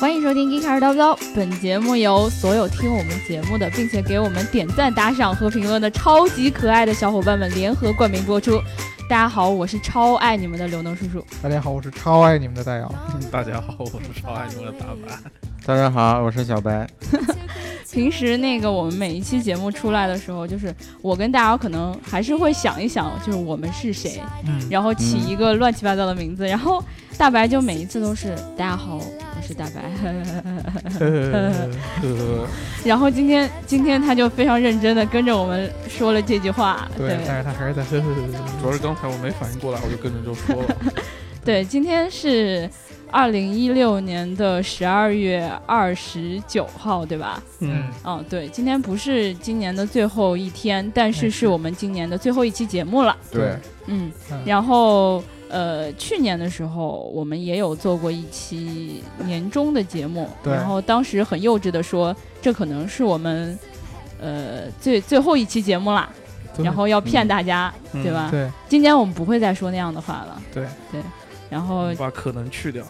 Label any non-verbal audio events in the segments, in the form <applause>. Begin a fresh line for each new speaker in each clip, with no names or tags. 欢迎收听《一开始叨不叨》，本节目由所有听我们节目的，并且给我们点赞、打赏和评论的超级可爱的小伙伴们联合冠名播出。大家好，我是超爱你们的刘能叔叔。
大家好，我是超爱你们的大姚。
哦 <laughs> 大家好，我是超爱你们的大白。
大家好，我是小白。
<laughs> 平时那个我们每一期节目出来的时候，就是我跟大姚可能还是会想一想，就是我们是谁，
嗯，
然后起一个乱七八糟的名字，然后大白就每一次都是大家好，我是大白。
呃，
然后今天今天他就非常认真的跟着我们说了这句话，
对
对，
但是他还是在呵呵呵
主要是刚才我没反应过来，我就跟着就说
<laughs>
了。
对，今天是二零一六年的十二月二十九号，对吧？
嗯，
嗯、对，今天不是今年的最后一天，但是
哎
是
是
我们今年的最后一期节目了。
对，
嗯，
嗯
然后呃，去年的时候我们也有做过一期年终的节目，
对
然后当时很幼稚的说，这可能是我们呃最最后一期节目啦，
对
然后要骗大家，
嗯
对吧？
对
今年我们不会再说那样的话了。
对
对，然后
把可能去掉。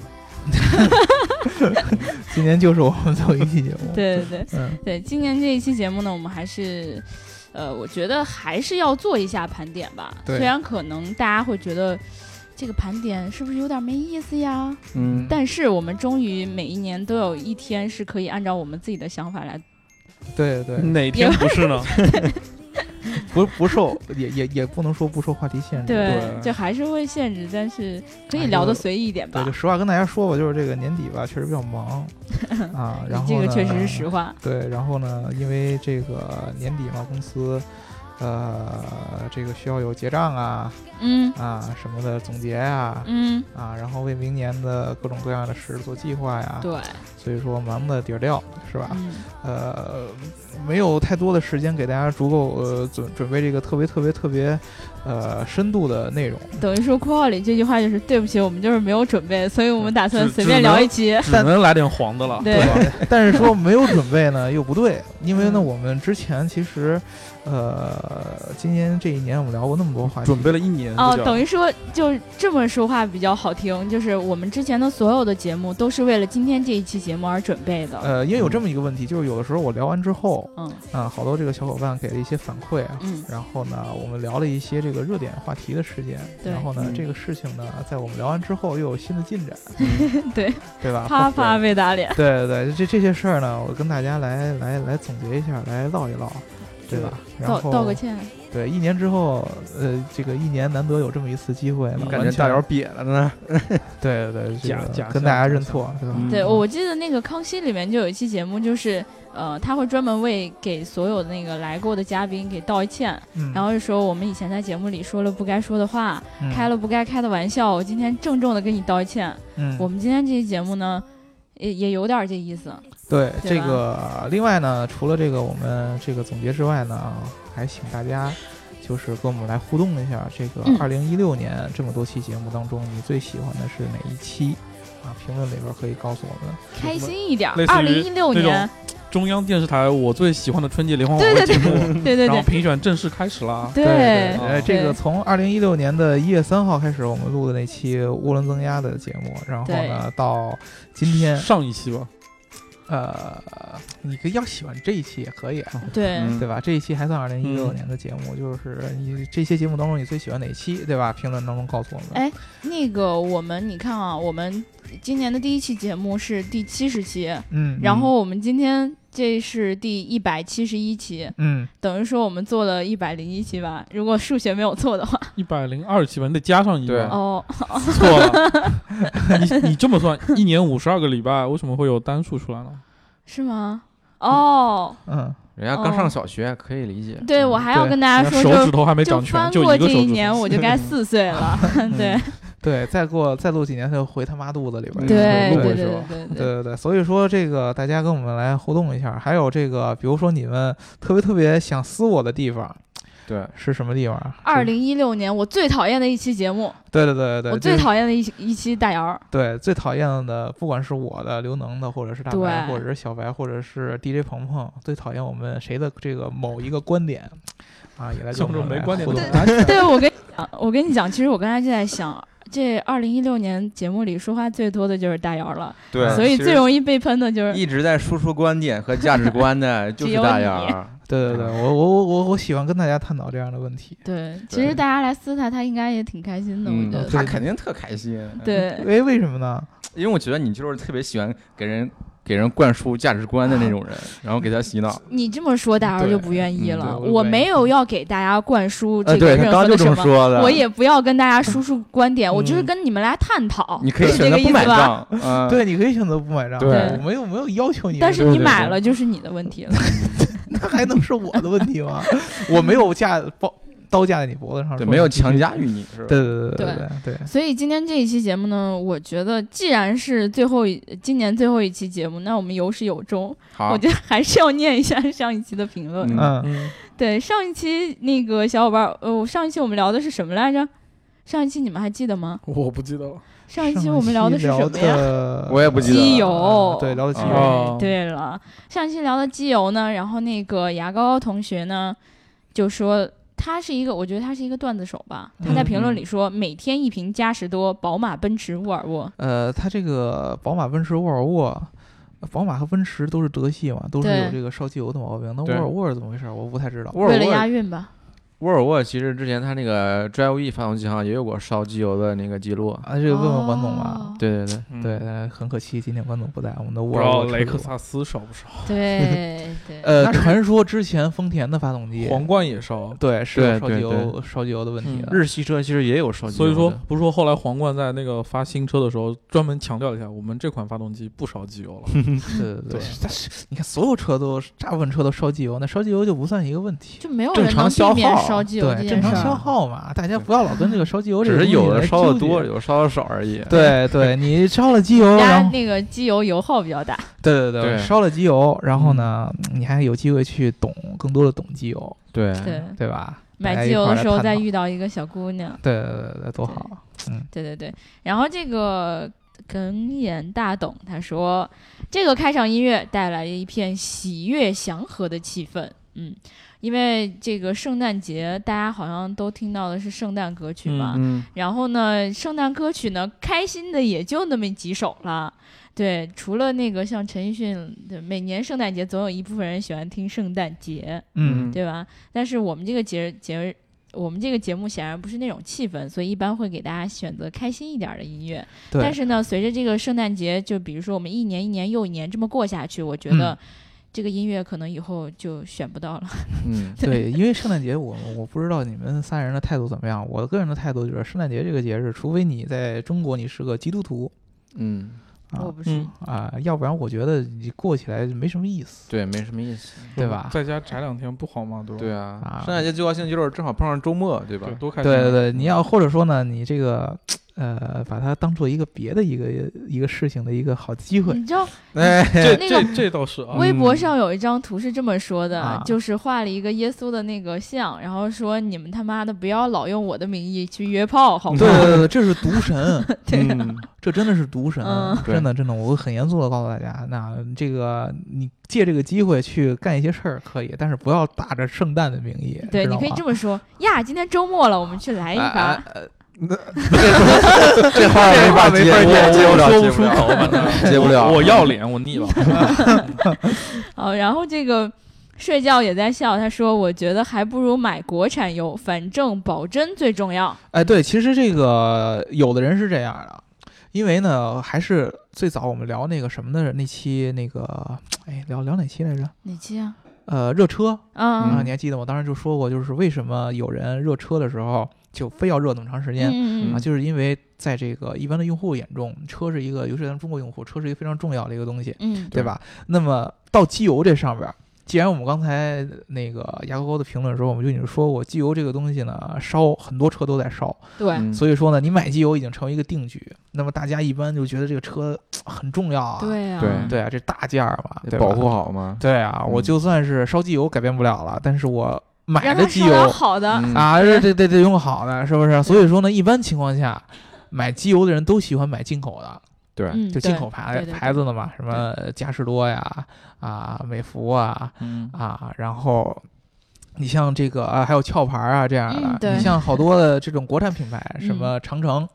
今年就是我们最后一期节
<laughs>
目。，
对对对
嗯，
对，今年这一期节目呢，我们还是，呃，我觉得还是要做一下盘点吧。
对
虽然可能大家会觉得这个盘点是不是有点没意思呀？
嗯，
但是我们终于每一年都有一天是可以按照我们自己的想法来。
嗯对对，
嗯
哪天不是呢？
不不受，也也也不能说不受话题限制。
对，
对
就还是会限制，但是可以聊得随意一点吧
对，就。实话跟大家说吧，就是这个年底吧，确实比较
<laughs>
忙啊。然后
这个
呢
确实是实话。
对，然后呢，因为这个年底嘛，公司呃，这个需要有结账啊
嗯
啊什么的总结啊、
嗯，
啊，然后为明年的各种各样的事做计划呀。
对，
所以说忙的底儿掉是吧？
嗯
呃，没有太多的时间给大家足够呃准准备这个特别特别特别呃深度的内容，
等于说括号里这句话就是对不起，我们就是没有准备，所以我们打算
只
随便
只能
聊一
<laughs>
期。
<laughs> 只能来点黄的了。
对 <laughs>
吧？但是说没有准备呢又不对，因为呢
嗯
我们之前其实呃今年这一年我们聊过那么多话题，
准备了一年
哦，等
于
于说就是这么说话比较好听，就是我们之前的所有的节目都是为了今天这一期节目而准备的。
呃，因为有这么一个问题，就是有的时候我聊完之后
嗯
啊、好多这个小伙伴给了一些反馈啊，
嗯，
然后呢，我们聊了一些这个热点话题的时间。
对
然后呢，
嗯
这个事情呢，在我们聊完之后又有新的进展，
<laughs> 对，
对吧？
啪啪
对。
被打脸。
<laughs> 对对对，这这些事儿呢，我跟大家来来来总结一下，来唠一唠，对吧？然
道
后
道个。歉，
对，一年之后，呃，这个一年难得有这么一次机会了，
感
完
觉
全
大姚瘪了呢。
对对对，这
假
个
假
跟
象
大家
假
认
象
错，对吧？
嗯
对我记得那个《康熙》里面就有一期节目，就是呃，他会专门为给所有的那个来过的嘉宾给道一歉，
嗯，
然后就说我们以前在节目里说了不该说的话，
嗯
开了不该开的玩笑，我今天郑重的跟你道一歉。
嗯
我们今天这期节目呢，也也有点这意思。
对
对
这
吧
个，另外呢，除了这个我们这个总结之外呢，还请大家就是跟我们来互动一下。这个
嗯
二零一六年这么多期节目当中，你最喜欢的是哪一期？啊，评论里边可以告诉我们。
开心一点儿
类。似
二零
于
一六
那种
年，
中央电视台我最喜欢的春节联欢晚
对
会
对
节
对
目，
对
<laughs>
对
然后
对
评选正式开始啊啦。
对，呃，
哦
这个
对
从二零一六年的一月三号开始，我们录的那期涡轮增压的节目，然后呢，到今天，
上一期吧，
呃，你可以要喜欢这一期也可以啊，
对
嗯
对吧？这一期还算二零一六
嗯
年的节目，就是呃你这些节目当中你最喜欢哪一期，对吧？评论当中告诉我们。
哎那个我们你看啊，我们今年的第一期节目是第七十期，
嗯，
然后我们今天这是第一百七十一期，
嗯，
等于说我们做了一百零一期吧，如果数学没有错的话。
一百零二期吧，你得加上一
对
个。
哦，
错了，你你这么算，一年五十二个礼拜，为什么会有单数出来呢？
是吗？哦，
嗯，
<laughs> 人家刚上小学，可以理解。
对，我还要
对
跟大家说，
手指
就
头还没长
就
全，
翻
就
过
一
这
个手
一
指头。
年，我就该四岁了。对
对，再过再录几年，他就回他妈肚子里边
对
儿去
对
了。
对
对
对
是吧
对
对对对，所以说这个大家跟我们来互动一下，还有这个，比如说你们特别特别想撕我的地方
对，
是什么地方啊？
二零一六年我最讨厌的一期节目，
对对对对，
我最
这
讨厌的一一期大姚儿。
对最讨厌的，不管是我的刘能的，或者是大白，
对
或者是小白，或者是 DJ 鹏鹏，最讨厌我们谁的这个某一个观点啊，也来跟
像
我
这
们
种没
来
观点
互
的
动
人
<laughs>
一下，
对，我跟你讲，我跟你讲，其实我刚才就在想，这二零一六年节目里说话最多的就是大姚了，
对
所以
嗯其
最
实
容易被喷的就是
一直在输出观点和价值
<laughs>
观的就
只
是
有
大
你
姚儿，
对对对，我我我我我喜欢跟大家探讨这样的问题，
对。其
对
实大家来撕他，他应该也挺开心的，我觉
嗯，
得。
他肯定特开心，，
对，
哎，为什么呢？
因为我觉得你就是特别喜欢给人给人灌输价值观的
<laughs>
那种人，然后给他洗脑，
你这么说，大姚就不愿意
嗯
了。
对我就
我
不愿意
没有要给大家灌输
呃，
这个
对他
任
刚
何
刚
的
就这
什
么
么，
说的，
我也不要跟大家
<laughs>
输出观点，我就是
嗯
跟你们来探讨，
你可以
是这
选择
个意
不买
思吧？
账，嗯，
对，你可以选择不买账，
对
我没有没有要求你，
但是
对
你
对
买
对
了就是你的问题了。
那还能是我的问题吗？ <laughs> 我没有架包刀架在你脖子上，
对，
说
没有
你必须
强加于你，是吧？
对对对
对
对对
所以今天这一期节目呢，我觉得既然是最后一今年最后一期节目，那我们有始有终，
好
我，觉得还是要念一下 <laughs> 上一期的评论。
嗯
对，嗯，
嗯，
对，上一期那个小伙伴儿，呃，上一期我们聊的是什么来着？上一期你们还记得吗？
我不记得了。
上一期我们聊的是什么呀？
呀
我也不记得了
基友
呃对，聊的基
哎
友，
哦
对了，上一期聊的基友呢，然后那个牙膏同学呢，就说他是一个，我觉得他是一个段子手吧。
嗯
他在评论里说，每天一瓶嘉实多，宝马、奔驰、沃尔沃。
呃，它这个宝马、奔驰、沃尔沃。宝马和奔驰都是德系嘛，都是
对
有这个烧机油的毛病。那沃
对
尔沃是怎么回事？我不太知道。
沃
为
尔
了押
沃，
韵吧，
沃尔沃其实之前它那个 Drive E 发动机好像也有过烧机油的那个记录，
啊，这个问问关总
哦
吧。
对对对，
对，，呃很可惜今天关总不在，我们的
不
沃
知
尔
道
沃车
雷
主。
克萨斯烧不烧？
哦对对，
呃，
那是
传说之前丰田的发动机，
皇冠也烧，
对是有
对
烧
对
机油烧机油的问题
嗯
的。
日系车其实也有烧机油
所
的，
以说不是说后来皇冠在那个发新车的时候专门强调了一下，我们这款发动机不烧机油了。
对对
对
对，但是你看所有车都大部分车都烧机油，那烧机油就不算一个问题。
就没有
正
人
常
能避
消
免
耗
烧机油这
对，正
件事
常
儿。
消耗嘛，大家不要老跟这个烧机油这
只
个
是
东西
有的
来
烧的
纠结
多，有的烧的少而已。
对对，你烧了机油，
人家
然后
那个机油油耗比较大，
对对
对嗯
烧了机油，然后呢，你还有机会去懂更多的懂机油，嗯
对
对，
对啊吧？大
买
家哎一
机油
块
的
儿来
时候
探
再
讨
遇到一个小姑娘，
对对对对，多好！
对对对。然后这个哽咽大董他说，这个开场音乐带来了一片喜悦祥和的气氛，嗯，因为这个圣诞节大家好像都听到的是圣诞歌曲吧，
嗯，
然后呢，圣诞歌曲呢，开心的也就那么几首了。对，除了那个像陈奕迅，对每年圣诞节总有一部分人喜欢听圣诞节，
嗯，
对吧？但是我们这个节日节日。我们这个节目显然不是那种气氛，所以一般会给大家选择开心一点的音乐。
对
但，是呢，随着这个圣诞节，就比如说我们一年一年又一年这么过下去，我觉
嗯
得这个音乐可能以后就选不到了。
嗯，
对，因为圣诞节我我不知道你们三人的态度怎么样，我个人的态度就是圣诞节这个节日，除非你在中国你是个基督徒
嗯，
啊
我不是，
嗯
啊，要不然我觉得你过起来没什么意思，
对，没什么意思。
对吧？
在家宅两天不好吗？对吧？
对
啊
啊，圣诞节最高兴就是正好碰上周末，对吧
对，？多开心！啊
对对对，你要或者说呢，你这个呃，把它当做一个别的一个一个事情的一个好机会。
你知道
哎，
这
那个
这这倒是啊，
微博上有一张图是这么说的，
嗯啊
就是画了一个耶稣的那个像，然后说你们他妈的不要老用我的名义去约炮，好吗？
对对对对，这是毒神，
<laughs> 对啊
<laughs>
嗯
这真的是毒神，
嗯
真的真的，我很严肃的告诉大家，那这个你借这个机会去干一些事儿可以，但是不要打着圣诞的名义，
对，
知
你
道
可以
吗
这么说呀，今天周末了，我们去来一
哎
发。
啊这话没法接，我接不了，接不 <laughs> 了，
了
接不了
<laughs> 我要脸，我腻了。
好，呃然后这个睡觉也在笑，他说我觉得还不如买国产油，反正保真最重要。
哎，对，其实这个有的人是这样的，因为呢，还是最早我们聊那个什么的那期那个，哎，聊聊哪期来着？
哪期啊？
呃，热车啊，
嗯
啊，
你还记得吗？当时就说过，就是为什么有人热车的时候就非要热那么长时间、
嗯
啊，
嗯
就是因为在这个一般的用户眼中，车是一个，尤其是咱们中国用户，车是一个非常重要的一个东西，
嗯，
对吧？那么到机油这上边儿。既然我们刚才那个牙膏膏的评论的时候，我们就已经说过，机油这个东西呢，烧很多车都在烧，
对，
嗯
所以说呢，你买机油已经成为一个定局。那么大家一般就觉得这个车很重要啊，
对啊，
对
对啊，这大件儿嘛，对吧
保护。好嘛。
对啊，我
嗯
就算是烧机油改变不了了，但是我买
让他
的机
烧点
油
好的，
嗯
啊，这这这得用好的，是不是？所以说呢，一般情况下，买机油的人都喜欢买进口的，
对，
嗯，
就
对
进口牌
对对对
牌子的嘛，什么嘉实多呀，啊，美孚啊，
嗯，
啊，然后你像这个啊，还有壳牌啊这样
嗯
的，
对
你像好多的这种国产品牌，什
嗯
么长城。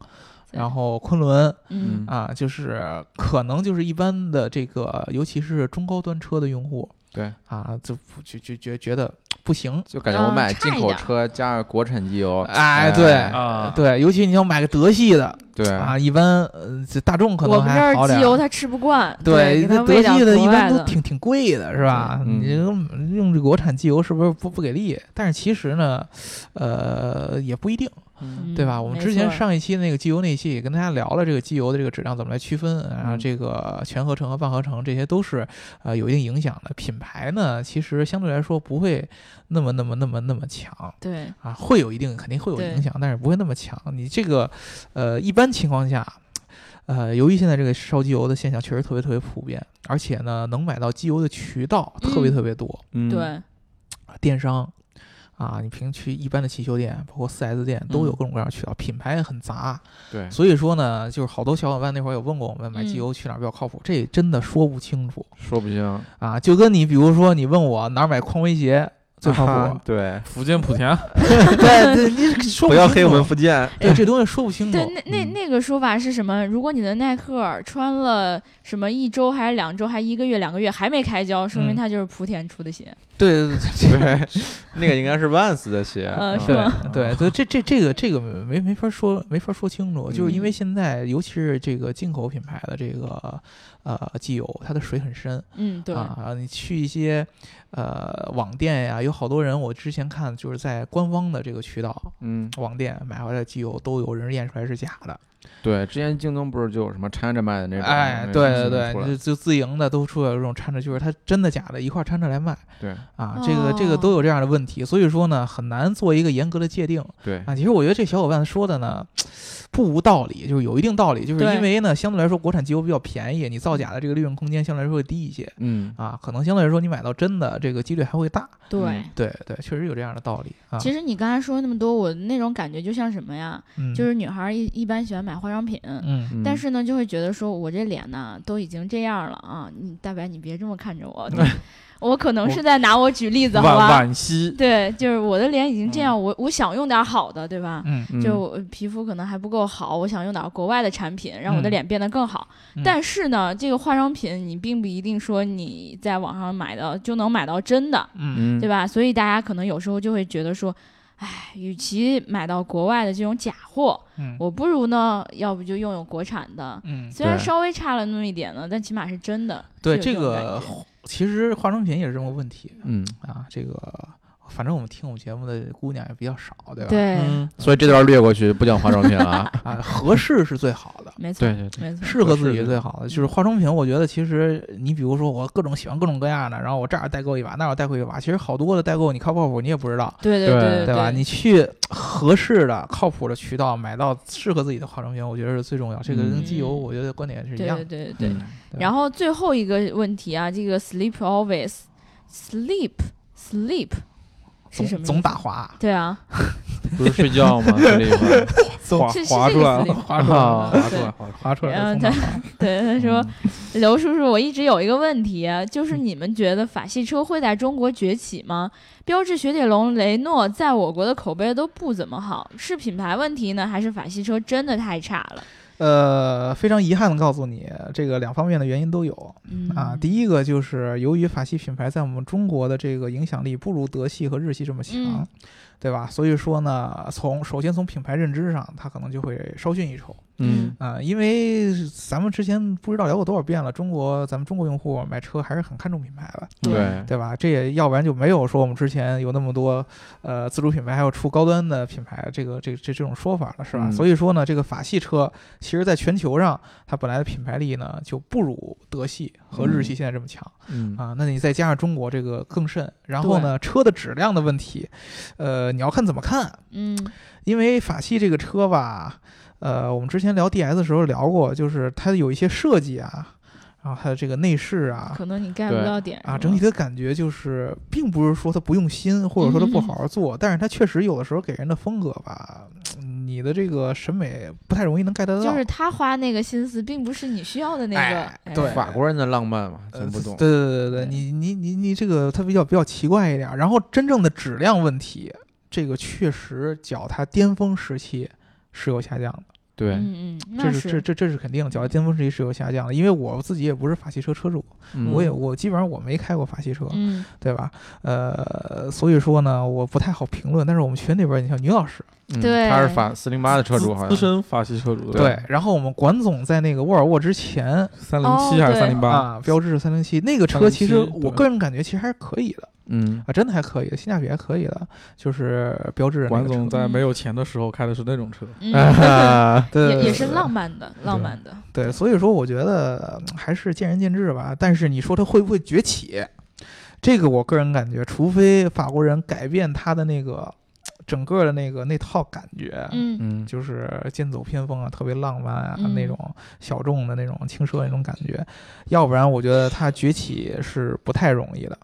对
然后昆仑
嗯
嗯
啊，就是可能就是一般的这个，尤其是中高端车的用户
对，
啊，就不就就觉觉得不行。
就感觉我
嗯
买
差
进
一
口
点儿
车加上国产机油，
哎，
哎
对
啊，
对，尤其你要买个德系的
对，
啊，一般呃这大众可
我
能
们这
还好
儿
点
机油
儿。
他吃不惯，
对，
给他
那
喂
德
点
系的
国
一
外
般
的
都，挺挺贵的，是吧？
嗯
你用用这国产机油是不是不不给力？但是其实呢，呃，也不一定。
嗯
对吧？
嗯
我们
没
之前
错
上一期那个机油那一期也跟大家聊了这个机油的这个质量怎么来区分，然后
嗯
这个全合成和半合成这些都是呃有一定影响的。品牌呢，其实相对来说不会那么那么那么那么强
对，
啊，会有一定肯定会有
对
影响，但是不会那么强。你这个呃一般情况下。呃，由于现在这个烧机油的现象确实特别特别普遍，而且呢，能买到机油的渠道特别
嗯
特别多，
嗯，
对，
电商啊，你平去一般的汽修店，包括 4S 店都有
嗯
各种各样的渠道，品牌也很杂。
对，
所以说呢，就是好多小伙伴那会儿有问过我们买
嗯
机油去哪儿比较靠谱，这真的说不清楚
说不清，
啊。就跟你比如说你问我哪儿买匡威
<laughs>
鞋最靠谱，
对，
福建莆田，
对
<laughs>
对，你说
啊不
不
要
清
黑我
楚
们
<laughs>
福建，
对这东西说不清楚
对，。那那
嗯
那个说法是什么？如果你的耐克儿穿了什么一周还是两周还一个月两个月还没开胶，说明
嗯
它就是莆田出的鞋。
对对
对，那个应该是万斯的鞋，
呃是
对
吗
嗯
对对，所以这这这个这个没没法说没法说清楚，就是因为
嗯
现在尤其是这个进口品牌的这个呃机油，它的水很深，
嗯，对，
啊，你去一些呃网店呀，有好多人，我之前看就是在官方的这个渠道
嗯，
网店买回来的机油，都有人验出来是假的。
对，之前京东不是就有什么掺着卖的那种，
哎，
那
对对
种东西出
对，
来
就就自营的都出有这种掺着，就是它真的假的一块儿掺着来卖
对
啊，这个这个
哦
都有这样的问题，所以说呢，很难做一个严格的界定
对，
啊。其实我觉得这小伙伴说的呢。不无道理，就是有一定道理，就是
对
因为呢，相对来说国产机油比较便宜，你造假的这个利润空间相对来说会低一些
嗯，
啊，可能相对来说你买到真的这个几率还会大。
对。
嗯
对对，确实有这样的道理啊。
其
实、
实你刚才说那么多，我那种感觉就像什么呀？
嗯、
就是女孩儿一一般喜欢买化妆品，
嗯，
嗯
但是呢，就会觉得说我这脸呐都已经这样了啊，你大白你别这么看着
<laughs>
我，我可能是在拿我举例子，
惋
好吧？
惋惜，
对，就是我的脸已经这样，我我想用点好的，对吧？
嗯
嗯
就我皮肤可能还不够好，我想用点国外的产品，让我的
嗯
脸变得更好。
嗯
但是呢，这个化妆品你并不一定说你在网上买到就能买到真的，
嗯
嗯，
对吧？所以大家可能有时候就会觉得说，哎，与其买到国外的这种假货，
嗯
我不如呢，要不就用用国产的，
嗯，
虽然
对
稍微差了那么一点呢，但起码是真的。
对
是有
这
种
个
感觉，
其实化妆品也是这么个问题
嗯，
啊。这个反正我们听我们节目的姑娘也比较少，对吧？
对，
嗯，
所以这段略过去，不讲化妆品了啊， <laughs>
啊，合适是最好 <laughs> 的。
没错
对，对对，
没错，
适合自
合
己
适
是
的
最好的，就是嗯化妆品。我觉得其实你比如说，我各种喜欢各种各样的，然后我这儿代购一把，那儿代购一把。其实好多的代购你靠不靠谱你也不知道，
对对
对
对
对吧？你去合适的、靠谱的渠道买到适合自己的化妆品，我觉得是最重要。这个跟机油，
嗯
我觉得观点是一
对
样
对
的。
对对。
嗯
对
然后最后一个问题啊，这个 sleep always sleep sleep 是什
总
么意思？
总打滑，
对啊，
不是睡觉吗？这地方
总
划
是是
划
这
出
个
来
思
了，
路
划出来了，
啊
划出来
对
了，划出来了。
划出来
嗯
的总打
<laughs>
滑。
对他说，
嗯
刘叔叔，我一直有一个问题，啊就是你们觉得法系车会在中国崛起吗？标致、雪铁龙、雷诺在我国的口碑都不怎么好，是品牌问题呢，还是法系车真的太差了？
呃，非常遗憾的告诉你，这个两方面的原因都有
嗯
啊。第一个就是由于法系品牌在我们中国的这个影响力不如德系和日系这么强，
嗯
对吧？所以说呢，从首先从品牌认知上，它可能就会稍逊一筹
<laughs> 嗯
啊、因为咱们之前不知道聊过多少遍了，中国咱们中国用户买车还是很看重品牌的，
对
对，
对吧？这也要不然就没有说我们之前有那么多呃自主品牌，还有出高端的品牌，这个这这这种说法了，是吧？
嗯
所以说呢，这个法系车其实在全球上，它本来的品牌力呢就不如德系和日系现在这么强、
嗯
啊。那你再加上中国这个更甚，然后呢，车的质量的问题，呃，你要看怎么看，
嗯
因为法系这个车吧，呃，我们之前聊 DS 的时候聊过，就是它有一些设计啊。然后还有这个内饰啊，
可能你 get 不
对
到点
啊，
是
整体
吧
的感觉就是，并不是说他不用心，或者说他
嗯
不
嗯嗯
好好做，但是他确实有的时候给人的风格吧，嗯你的这个审美不太容易能 get 得到。
就是他花那个心思，并不是你需要的那个。
哎对
法国人的浪漫嘛，
呃
咱不懂，
对对对对
对
对，你你你你这个它比较比较奇怪一点儿。然后真正的质量问题，这个确实较它巅峰时期是有下降的。
对，
嗯嗯，那
这是这这这是肯定的，脚下巅峰时期是有下降的，因为我自己也不是法系车车主，
嗯
我也我基本上我没开过法系车，
嗯
对吧？呃，所以说呢，我不太好评论。但是我们群里边，你像女老师，
嗯
对
他是法四零八的车主，好
资资
像
深法系车主
对
然后我们管总在那个沃尔沃之前
三零七还
哦对
是三零八？
啊，标致是三零七，那个车
307
其实
对
我个人感觉其实还是可以的
嗯，
啊，真的还可以的，性价比还可以的，就是标致的那
管
个
总
车
在没有钱的时候开的是那种车，
<laughs>
嗯，
对
也也是
对
浪漫的，浪漫的，
对，所以说我觉得嗯还是见仁见智吧。但是你说它会不会崛起，这个我个人感觉，除非法国人改变他的那个整个的那个那套感觉，
嗯
嗯，
就是剑走偏锋啊，特别浪漫啊、
嗯
那种小众的那种轻奢那种感觉，要不然我觉得它崛起是不太容易的。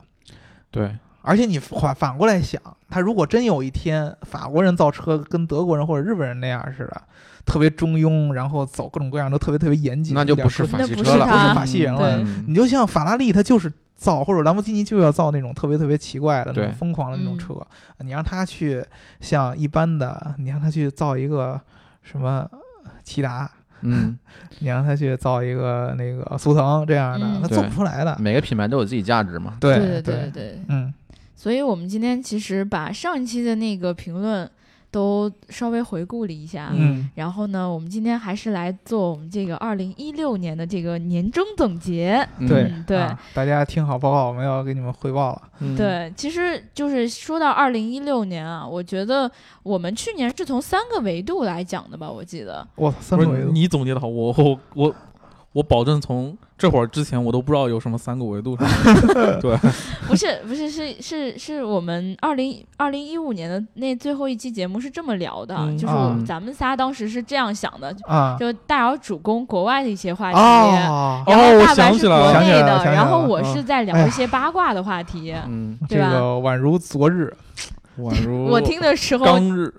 对，
而且你反反过来想，他如果真有一天法国人造车跟德国人或者日本人那样似的，特别中庸，然后走各种各样都特别特别严谨，
那就不是
两个
法系
那不
车
是他
不
了，啊
是法系人了。
对
你
嗯
就像法拉利，它就是造，或者兰博基尼就要造那种特别特别奇怪的、那
对
种疯狂的那种车。你让他去像一般的，你让他去造一个什么呃骐达，
嗯，
你让他去造一个那个速腾这样的，
嗯
他做不出来的。
每个品牌都有自己价值嘛，
对
对对
对，
对。
嗯，
所以我们今天其实把上一期的那个评论都稍微回顾了一下。
嗯
然后呢，我们今天还是来做我们这个二零一六年的这个年终总结。
嗯
对
嗯对
啊大家听好报告，我们要给你们汇报了。
嗯，
对，其实就是说到二零一六年啊，我觉得我们去年是从三个维度来讲的吧，我记得。
哇，三
不
个
是
维度，
你总结的好，我我我我保证从这会儿之前我都不知道有什么三个维度，对，
不是不是是是是我们二零二零一五年的那最后一期节目是这么聊的，
嗯
就是
啊
咱们佻当时是这样想的，就
啊
就大姚主攻国外的一些话题。
哦，
然后
哦我
大白
想
是
起来
国
了
想起
内
来了
的，
想起
然
来
后
了
我
嗯
是在
哎
聊一些八卦的话题。
嗯，
这
对吧
个宛如昨日。
宛如
我听的时候，
刚日，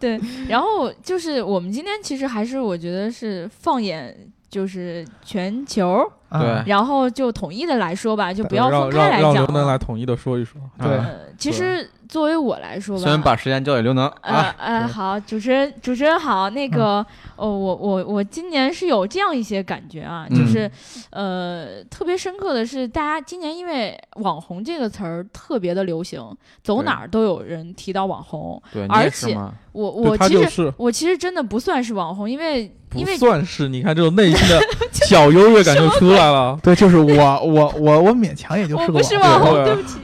对，然后就是我们今天其实还是我觉得是放眼就是全球，
啊
然后就统一的来说吧，就不要
让
分开
让
来讲
让刘能
了。
来统一的说一说，
对
啊
呃，其实作为我来说吧，
虽然把时间交给刘能
<laughs> 呃
啊，
呃，
对
好，主持人，主持人好，那个，哦，我我我今年是有这样一些感觉啊，就是，呃，特别深刻的是，大家今年因为“网红”这个词儿特别的流行，走
对
哪儿都有人提到网红。
对，你
而
也是
且
嘛，
我
对
我
他
其
就
实
是
我其实真的不算是网红，因为
不
因为
算是，你看这种内心的小优越感就出
<laughs>
来了，
对，就是我，我，我，我勉强也就
我
是个
不是
网
网
红
红，
对
对不起，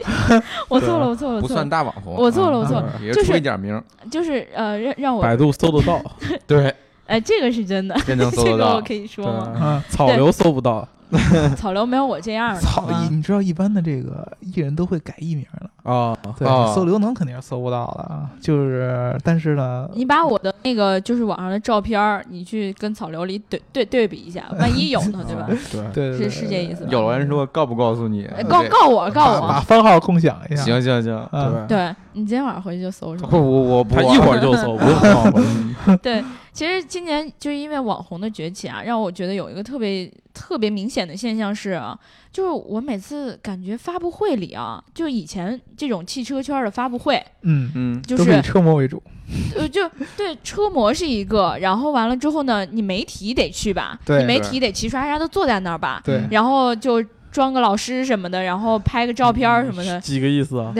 我错了，我错了，
不
我错
算
了，
大网红，
我错了，我
啊
错
嗯
了，
也
就是是
出一点名，
<laughs> 就是呃，让让我
百，度搜得到，
对，
哎，这个是真的，
真能
<laughs>
搜
这
得
个我
到，
可以说吗？
对，
嗯，
草流搜不到
<laughs> 草榴没有我这样的，啊
操
好吧，
你知道一般的这个艺人都会改艺名的，
啊，
对，
哦
搜刘能肯定是搜不到的啊，就是，但是呢，
你把我的那个就是网上的照片儿，你去跟草榴里对对对比一下，万一有呢，
<laughs>
<laughs> 对吧？
对
对对
是
对，
是这意思吧？
啊有人说告不告诉你
哎，告
对
告我告
把把
我，
番号共享一下，，
行行行，
啊，
对，
对你今天晚上回去就搜是
不，
吧？
我我不嗯
他一会儿就搜，不用告我。
<laughs> 对，其实今年就是因为网红的崛起啊，让我觉得有一个特别特别明显的现象是啊，就是我每次感觉发布会里啊，就以前这种汽车圈儿的发布会，
嗯，
嗯，
就
都是以
是
车模为主，
呃，就对车模是一个，然后完了之后呢，你媒体得去吧，
对
你媒体得齐刷刷的坐在那儿吧，
<laughs> 对，
然后就装个老师什么的，然后拍个照片
嗯
儿什么
是
的。
几个意思啊？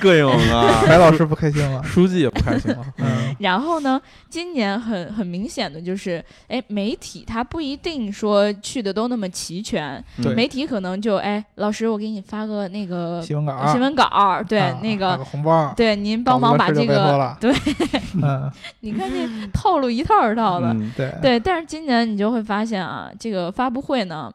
各种
<laughs>
啊，
白老师不开心了，
书记也不开心
<laughs>
了。
嗯，
然后呢，今年很很明显的就是，哎，媒体它不一定说去的都那么齐全，
嗯
对
媒体可能就哎，老师我给你发个那个
新嗯闻稿，
新闻稿儿，对、
啊
那
打
个。
个红包，
对，您帮忙把
搞不
这
得事就拜托
个
了，
对，
<laughs> 嗯，
你看这套路一套一套的，
嗯
对，
对。但是今年你就会发现啊，这个发布会呢，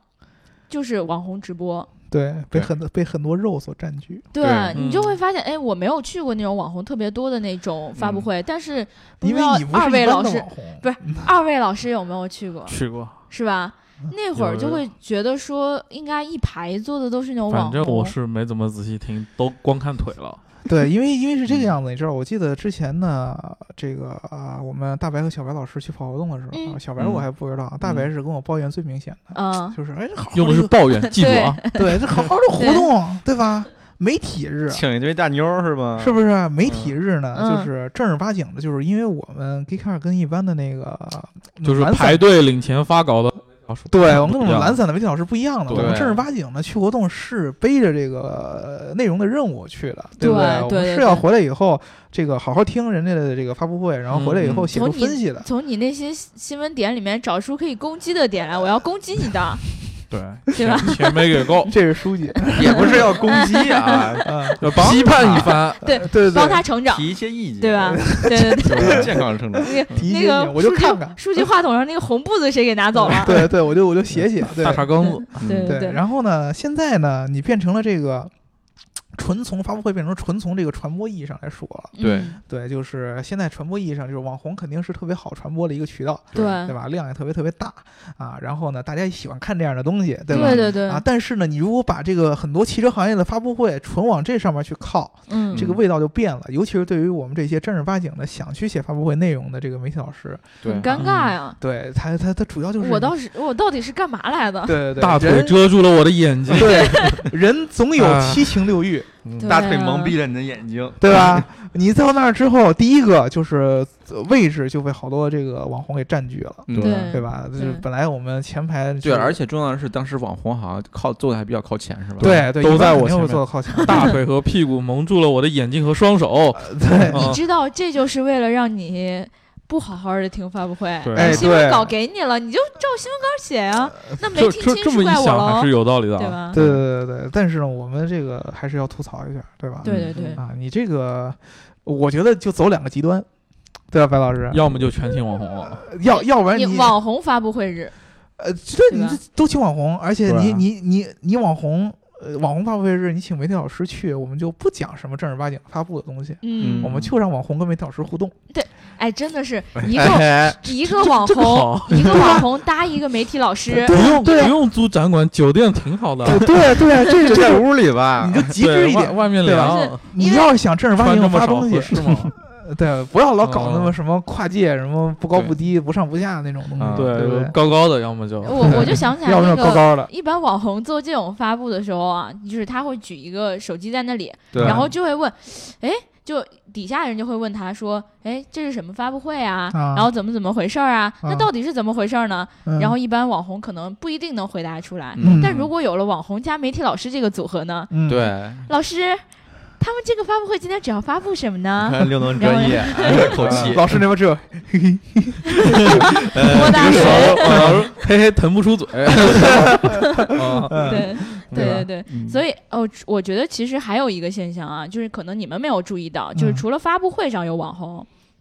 就是网红直播，
对，被
对
很多被很多肉所占据，
对
对
你就
嗯
会发现，哎，我没有去过那种网红特别多的那种发布会，但是不
嗯因
知
为
道
你不是
二
一
位
般的
老师
网，红，
不是二位老师有没有去过，
去过，
是吧？那会儿
有
就会觉得说，应该一排坐的都是那种网
反正我
红，
是没怎么仔细听，都光看腿了。
<laughs>
对，因为因为是这
嗯
个样子，你知道，我记得之前呢，这个啊、我们大白和小白老师去跑活动的时候，
嗯
小白我还不知道，大白是跟我抱怨最明显的，
嗯，
就是哎，这好好
用的是
一个
抱怨，记住啊，
<laughs>
对，这好好的活动，对吧？媒体日
请一堆大妞儿是
啊
吧？
是不是媒体日呢？
嗯
就是正儿八经的，就是因为我们 g e e k a r 跟一般的那个
就是
懒散
排队领钱发稿的老师，
对我们跟
不
我
一
们
样
懒散的媒体老师不一样的，
对
我们正儿八经的去活动是背着这个呃内容的任务去的，不
对
我
对
们
对
是要回来以后，这个好好听人家的这个发布会，然后回来以后
嗯
写出
从你
分析的。
从你那些新闻点里面找出可以攻击的点来，我要攻击你的，
对
对吧？
钱钱没给
<laughs>，
够
这是书记，
也不是要攻击
<laughs>
啊，
嗯，
要批判一番，
对
呃 <laughs> 对对
帮
对，
他成长，
提一些意见，
对
<laughs>
吧？？对对对。
健康成长，
那个
提一
那
些
个
意见我就
书记
看看
书记话筒上那个红布子谁给拿走了？
<laughs> 对对，我就我就写写，对
大傻
对
更子，
嗯
对
对
对，
然后呢，现在呢，你变成了这个纯从发布会变成纯从这个传播意义上来说了，
嗯
对
对，就是现在传播意义上，就是网红肯定是特别好传播的一个渠道，对
对
吧？量也特别特别大啊，然后呢，大家也喜欢看这样的东西，对吧？
对对对
啊，，但是呢，你如果把这个很多汽车行业的发布会纯往这上面去靠，
嗯，
这个味道就变了。尤其是对于我们这些正儿八经的想去写发布会内容的这个媒体老师，
很
对，
尴尬呀。
对他他他主要就是
我倒是我到底是干嘛来的？
对对对
大腿
人
遮住了我的眼睛，
对，人总有
啊
七情六欲，
嗯
对
大腿蒙
啊
蔽了你的眼睛，
对
<laughs>
吧？你到那儿之后，第一个就是呃位置就被好多这个网红给占据了，
嗯
啊对
对吧？就是
对
本来我们前排就
对，而且重要的是，当时网红好像靠坐的还比较靠前，是吧？
对对
都
一般
在我
肯定
前
会
面
坐的靠前，
<laughs>
<laughs>
大腿和屁股蒙住了我的眼睛和双手，
对
你
嗯
知道，这就是为了让你不好好的听发布会。
对
哎
新闻
对
稿给你了，你就照新闻稿写啊。那没
这
听清
这这
是
么一
怪我
想还
喽
是，有道理的
对
啊，
吧？
对对对对。但是呢，我们这个还是要吐槽一下，对吧？
对对对，
啊，你这个我觉得就走两个极端，对吧，白老师？
要么就全听网红了，
要要不然
你网红发布会日，
呃，这
对
你
吧
这都请网红，而且
对啊
你你你你网红，呃，网红发布会日你请媒体老师去，我们就不讲什么正儿八经发布的东西，
嗯
嗯
我们就让网红跟媒体老师互动。
哎，真的是一个
哎，
一个网
这个
红，
好，
一个网红搭一个媒体老师，
不用不
对啊
用租展馆，酒店挺好的，
对对， <laughs> 这
就
这
在
种
屋里吧
你，就极
啊对
致一
外
点。
外面
对吧
就
凉
是。因
你
为
要是想正儿八
穿这
经
么
发
少
东
合
西，
适 <laughs> 吗？
<laughs> 对，不要老搞那
嗯
么什么跨界、什么不高不低、不上不下那种东西，
嗯
对不
啊对
对，？
高高的，要么就
我
<laughs>
我就想起来
要不
那
然
个
高高的，
一般网红做这种发布的时候啊，就是他会举一个手机在那里，
对
然后就会问，哎，就底下人就会问他说，哎，这是什么发布会啊？
啊
然后怎么怎么回事儿啊？那
啊
到底是怎么回事儿呢？
嗯
然后一般网红可能不一定能回答出来，
嗯
但如果啊有了网红加媒体老师这个组合呢，
嗯，
对，
老师，他们这个发布会今天主要发布什么呢？
看刘能专业，
<laughs>
口气，
老师
嗯
那边只有
郭大
手
<laughs> 神，
嘿嘿腾不出 <laughs> 嘴，啊
嗯
对对对对。
嗯
所以，哦，我觉得其实还有一个现象啊，就是可能你们没有注意到，就是
嗯
除了发布会上有网红，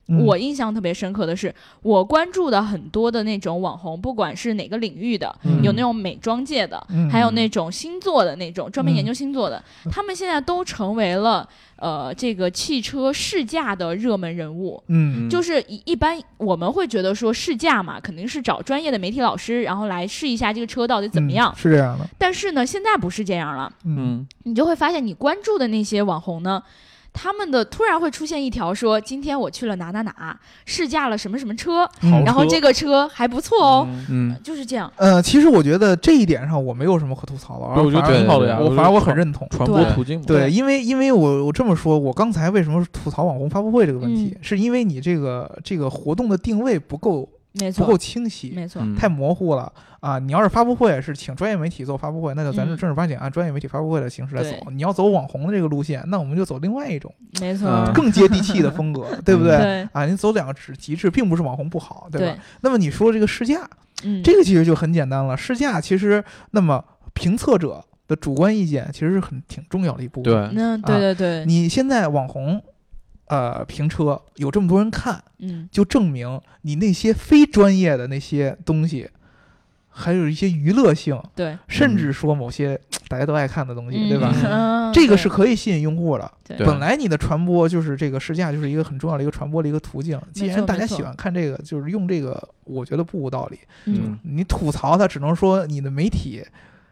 嗯
我印象特别深刻的是，我关注的很多的那种网红，不管是哪个领域的，
嗯
有那种美妆界的，
嗯
还有那种星座的那种专门
嗯
研究星座的，他们现在都成为了呃这个汽车试驾的热门人物。
嗯
就是是一一般我们会觉得说试驾嘛，肯定是找专业的媒体老师，然后来试一下这个车到底怎么
嗯
样。
是这样的，
但是呢，现在不是这样了，
嗯
嗯，
你就会发现你关注的那些网红呢，他们的突然会出现一条说，今天我去了哪哪哪，试驾了什么什么车，
嗯
然后这个车还不错哦，
嗯
嗯，
就是这样。
呃，其其实我觉得这一点上我没有什么可吐槽的，而
对我觉
反而
得挺好的呀，
我
觉
反而
得
我很认同。
传播
对
途径嘛，
对，因为因为我我这么说，我刚才为什么吐槽网红发布会这个问题，
嗯
是因为你这个这个活动的定位不够
没
不
错，
够清晰，
没错，
嗯
太模糊了啊！你要是发布会是请专业媒体做发布会，那就
嗯
咱是正儿八经按专业媒体发布会的形式来
对
走。你要走网红的这个路线，那我们就走另外一种
没错，
嗯
更接地气的
<laughs>
风格，对不对？
对
啊，你走两个极极致，并不是网红不好，对吧？
对，
那么你说这个试驾，
嗯，
这个其实就很简单了。试驾其实那么评测者的主观意见其实是很挺重要的一部分。
对，
那嗯对对对，
啊你现在网红，呃，评车有这么多人看，
嗯，
就证明你那些非专业的那些东西，还有一些娱乐性，
对，
甚至说某些大家都爱看的东西，对吧？
嗯，
这个是可以吸引用户的。
对
对
本来你的传播就是这个试驾，就是一个很重要的一个传播的一个途径。既然大家
没错
喜欢看这个，就是用这个，我觉得不无道理。
嗯
嗯，
你吐槽它，只能说你的媒体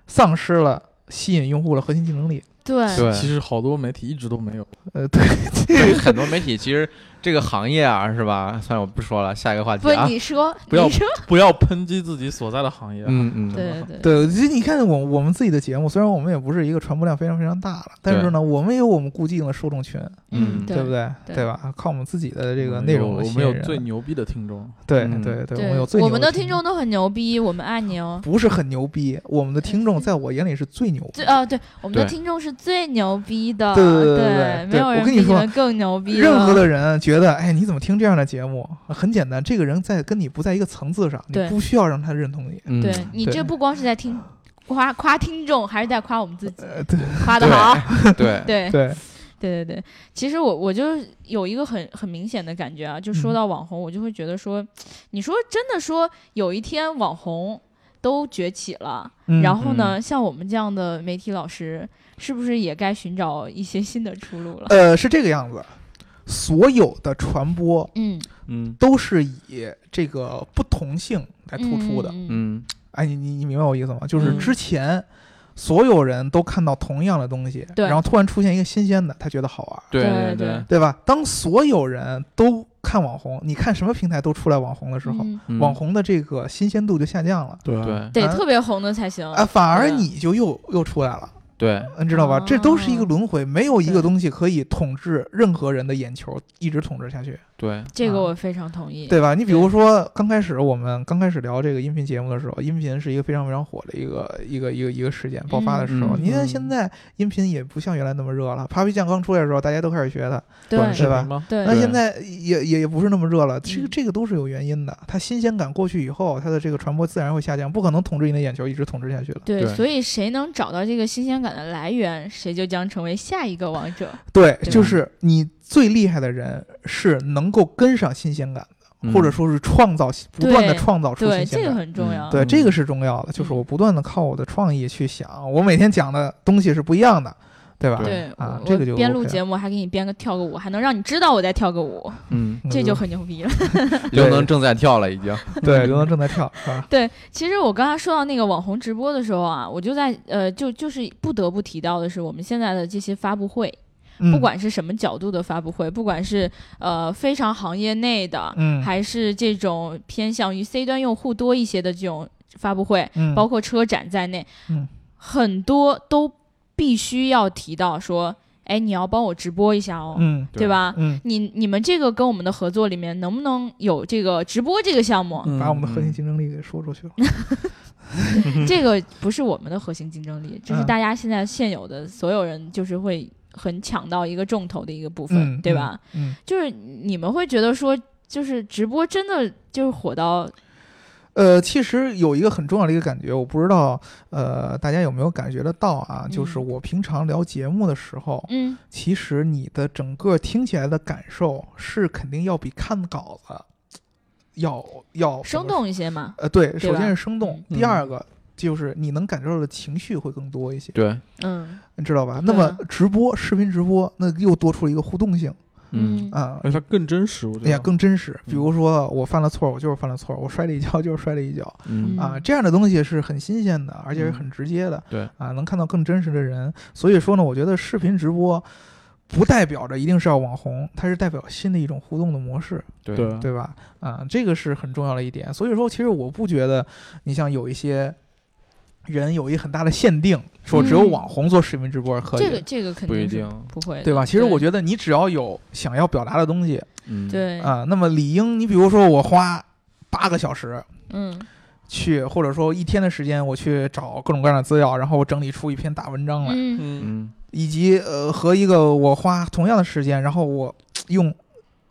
丧失了吸引用户的核心竞争力。
对，
<laughs> 对，
其实好多媒体一直都没有，
呃，对，
对很多媒体其实
这个行业啊，是
<laughs>
吧？算了，我不说了，下一个话
不
题，啊。
你说，
不要
你说，
不要抨击自己所在的行业。啊
嗯嗯，
对对对，
对，其实你看我我们自己的节目，虽然我们也不是一个传播量非常非常大了，但是呢，我们有我们固定的受众群，
嗯
对不对？
对
吧？靠我们自己的这
我
个
们
内
有
容的啊
我
吸
们
引
有
人，
最牛逼的听众，
对
嗯
对对，我
对
们有最
我
牛
们的听
众
众都很牛逼，我们爱你哦。
不是很牛逼，我们的听众在我眼里是最牛逼
最。啊，对，我们的
对
听众是最牛逼的，
对对对对对
没有
我
人
跟
比
你
你
说
们更牛逼了。
任何的人觉得，哎，你怎么听这样的节目？很简单，这个人在跟你不在一个层次上，你
对
不需要让他认同你。
嗯
对你
对
这不光是在听夸夸听众，还是在夸我们自己，
呃，对
夸的好，
<laughs>
对，
对
对，
对对对，其实我我就是有一个很很明显的感觉啊，就说
嗯
到网红，我就会觉得说，你说真的说有一天网红都崛起了，
嗯
然后呢，像我们这样的媒体老师，是不是也该寻找一些新的出路了？
呃是这个样子，所有的传播
嗯，
嗯
都是以这个不同性来突出的。
嗯，嗯嗯
嗯
哎，你你你明白我意思吗？就是
嗯
之前。所有人都看到同样的东西，
对
然后突然出现一个新鲜的，他觉得好玩，
对
对
对，
对吧？当所有人都看网红，你看什么平台都出来网红的时候，
嗯
嗯
网红的这个新鲜度就下降了，
对
对
得
啊
特别红的才行
啊，反而
对
你就又又出来了，
对
你知道吧？这都是一个
哦
轮回，没有一
对
个东西可以统治任何人的眼球，一直统治下去，
对，
这个
啊
我非常同意。
对吧？你比如说，刚开始我们刚开始聊这个音频节目的时候，音频是一个非常非常火的一个一个一个一个事件爆发的时候，
嗯
你看
嗯
现在音频也不像原来那么热了，Papi 酱刚出来的时候，大家都开始学它，
对
短视
吧
频吗？
那
对
嗯对
现在也也也不是那么热了，这个
嗯
这个都是有原因的。它新鲜感过去以后，它的这个传播自然会下降，不可能统治你的眼球一直统治下去了。
对，
对
所以谁能找到这个新鲜感的来源，谁就将成为下一个王者。
对，
对
就
吧
是你最厉害的人是能够跟上新鲜感
嗯
嗯
的，或者说是创造新 <laughs> 不断的
对
创造出
对，这
新鲜
个
感。
很重
嗯
要。
对，这个
嗯
是重要的，就是我不断的靠我的创意去想，我每天讲的东西是不一样的，对吧？
对
啊
我
这个就
我边录
OK 了
节目还给你编个跳个舞，还能让你知道我在跳个舞，
嗯，
嗯
这就很牛逼了。
刘能正在跳了已经，
对，刘能正在跳，是吧？
对，其实我刚才说到那个网红直播的时候啊，我就在呃，就就是不得不提到的是，我们现在的这些发布会，<laughs>
嗯
不管是什么角度的发布会，不管是呃非常行业内的，
嗯
还是这种偏向于 C 端用户多一些的这种发布会，
嗯
包括车展在内，
嗯
很多都必须要提到说，哎，你要帮我直播一下哦，
嗯
对吧？
嗯，
你你们这个跟我们的合作里面能不能有这个直播这个项目？
嗯
把我们的核心竞争力给说出去了。
嗯这个不是我们的核心竞争力，这是
嗯
大家现在现有的所有人就是会很抢到一个重头的一个部分，
嗯，
对吧？
嗯？
就是你们会觉得说，就是直播真的就是火到
嗯，呃，其实有一个很重要的一个感觉，我不知道呃大家有没有感觉得到啊？就是
嗯
我平常聊节目的时候，
嗯
其实你的整个听起来的感受是肯定要比看稿子要要
生。动一些嘛？
呃，对，首
吧
先是生动，
嗯
第二个就是你能感受到的情绪会更多一些，
对，
嗯
你知道吧？那
对
么直播、视频直播，那又多出了一个互动性
嗯
啊。
而且它更真实，我觉
哎呀，
得。
更真实。
哎嗯
比如说，我犯了错，我就是犯了错，我摔了一跤就是摔了一跤
嗯
啊，
嗯
这样的东西是很新鲜的，而且是
嗯
很直接的。
对
啊，能看到更真实的人。所以说呢，我觉得视频直播不代表着一定是要网红，它是代表新的一种互动的模式。
对
对
对吧？啊、这个是很重要的一点。所以说，其实我不觉得你像有一些人有一很大的限定，说只有
嗯
网红做视频直播是可以
这
的，
个这个肯
不一
定是
定，
不会的，
对吧？其实我
觉
觉得你只要有想要表达的东西
嗯
对，
啊、那么理应你比如说我花八个小时。
嗯
去，或者说一天的时间，我去找各种各样的资料，然后我整理出一篇大文章来，
嗯
嗯，
嗯
以及呃和一个我花同样的时间，然后我用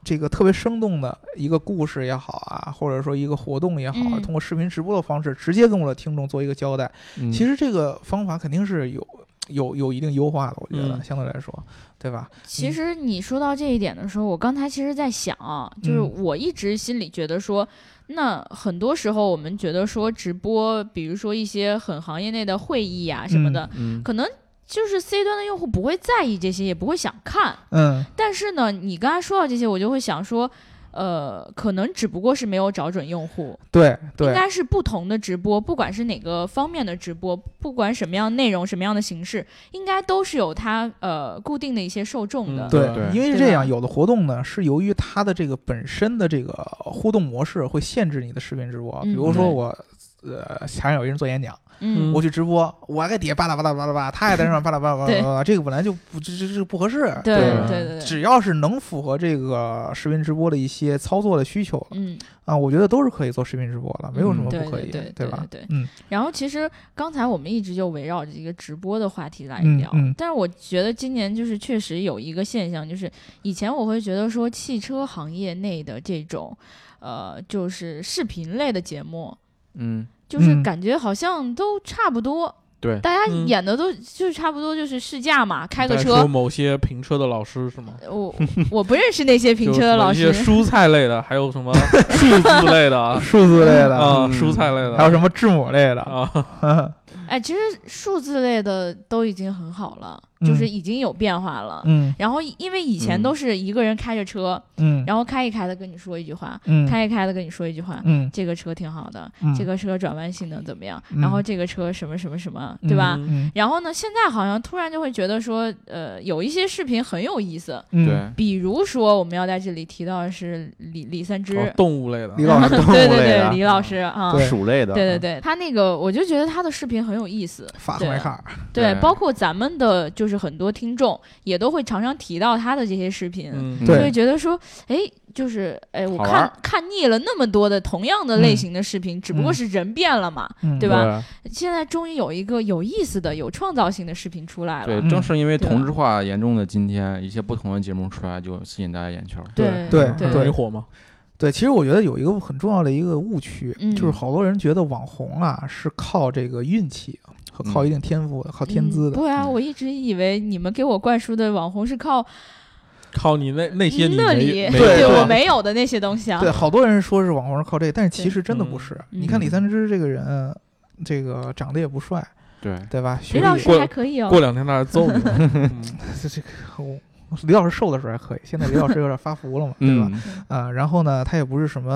这个特别生动的一个故事也好啊，或者说一个活动也好，
嗯
通过视频直播的方式直接跟我的听众做一个交代。
嗯
其实这个方法肯定是有有有一定优化的，我觉得、
嗯
相对来说，对吧？
其实你说到这一点的时候，我刚才其实在想啊，就是
嗯
我一直心里觉得说，那很多时候我们觉得说直播，比如说一些很行业内的会议啊什么的，
嗯
可能就是 C 端的用户不会在意这些，也不会想看。
嗯
但是呢，你刚才说到这些，我就会想说。呃，可能只不过是没有找准用户，
对
应
对
该是不同的直播，不管是哪个方面的直播，不管什么样内容、什么样的形式，应该都是有它呃固定的一些受众的。
嗯
对
对
因为是
对
这
吧
样，有的活动呢是由于它的这个本身的这个互动模式会限制你的视频直播，比如说
嗯
我。呃，想有一人做演讲，
嗯
我去直播，我还在底下吧嗒吧嗒吧
<laughs>
嗒吧，他也在上面吧嗒吧嗒吧嗒吧嗒，这个本来就不这这这不合适。
对
对
对对对，
只要是能符合这个视频直播的一些操作的需求
嗯。
啊，我觉得都是可以做视频直播的，没有什么
嗯对
不可以，
对对对
吧？
对对
嗯，
然后其实刚才我们一直就围绕着一个直播的话题来
嗯
聊，
嗯
但是我觉得今年就是确实有一个现象，就是以前我会觉得说汽车行业内的这种，呃，就是视频类的节目，
嗯，
就是
嗯
感觉好像都差不多。
对
大家
嗯
演的都就是差不多，就是试驾嘛，开个
在说
车。
某些评车的老师是吗？
我我不认识那
<laughs>
些评车的老
就
师
是什么一些，蔬菜类的，还有什么数字类
<laughs>
的啊
数字类的，
啊，
嗯
蔬菜类的，
还有什么字母类的，
啊，
哎，其实数字类的都已经很好了，就是
嗯
已经有变化了。
嗯
然后因为以前
嗯
都是一个人开着车，
嗯
然后开一开的跟你说一句话，
嗯
开一开的跟你说一句话，
嗯
这个车挺好的，
嗯，
这个车转弯性能怎么样，
嗯
然后这个车什么什么什么，对吧？
嗯
然后呢，现在好像突然就会觉得说，呃，有一些视频很有意思，
嗯，
对，
比如说我们要在这里提到的是李李三枝， <laughs>
哦动物类的，
李老师
动物
对对
类
对，
的
李老师啊。
嗯
对
鼠类的，
对对对，他那个我就觉得他的视频很有意思，
法克
对
梅卡尔，
对，
对
包括咱们的就是很多听众也都会常常提到他的这些视频，
嗯，
嗯
就会
对
觉得说，哎，就是哎，我
好玩
看
儿
看腻了那么多的同样的类
嗯
型的视频，只不过
嗯
是人变了嘛。
嗯
对吧？
啊
现在终于有一个有意思的、有创造性的视频出来
对
了。，
嗯
正是因为
对
同质化严重的今天，一些不同的节目出来就吸引大家眼球。
对
对
对
很容易火嘛，
对，其实我觉得有一个很重要的一个误区，
嗯
就是好多人觉得网红啊是靠这个运气和靠一定天赋的、靠天资
嗯
的。
不啊，我一直以为你们给我灌输的网红是靠
靠你那那些你
那
没
里，
没
对
有
我
啊
没有的那些东西啊。
对，好多人说是网红是靠这个，但是其实真的不
对
是。
嗯
你看李三枝这个人，这个长得也不帅，
对，
对吧？学
李
历
老师
过
还可以哦
过。两天他来揍你，
<laughs>
嗯
<laughs> 这这个我李老师瘦的时候还可以，现在李老师有点发福了嘛，对吧？
嗯，
啊、然后呢，他也不是什么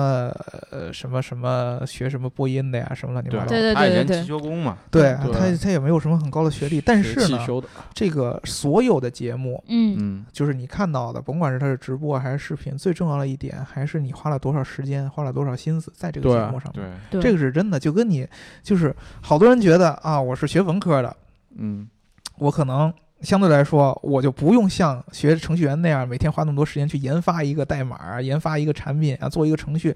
呃什么什么学什么播音的呀，什么乱七八糟
对对
的。
他以
对
前
对
汽
对，
修工嘛，
对啊
对
他他也没有什么很高的学历，但是
汽
呢，
修的，
这个所有的节目，
嗯
嗯，
就是你看到的，甭管是它是直播还是视频，最重要的一点还是你花了多少时间，花了多少心思在这个
对
节目上面。
对，
对，
这个是真的，就跟你就是好多人觉得啊，我是学文科的，
嗯，
我可能相对来说我就不用像学程序员那样每天花那么多时间去研发一个代码啊、研发一个产品啊、做一个程序。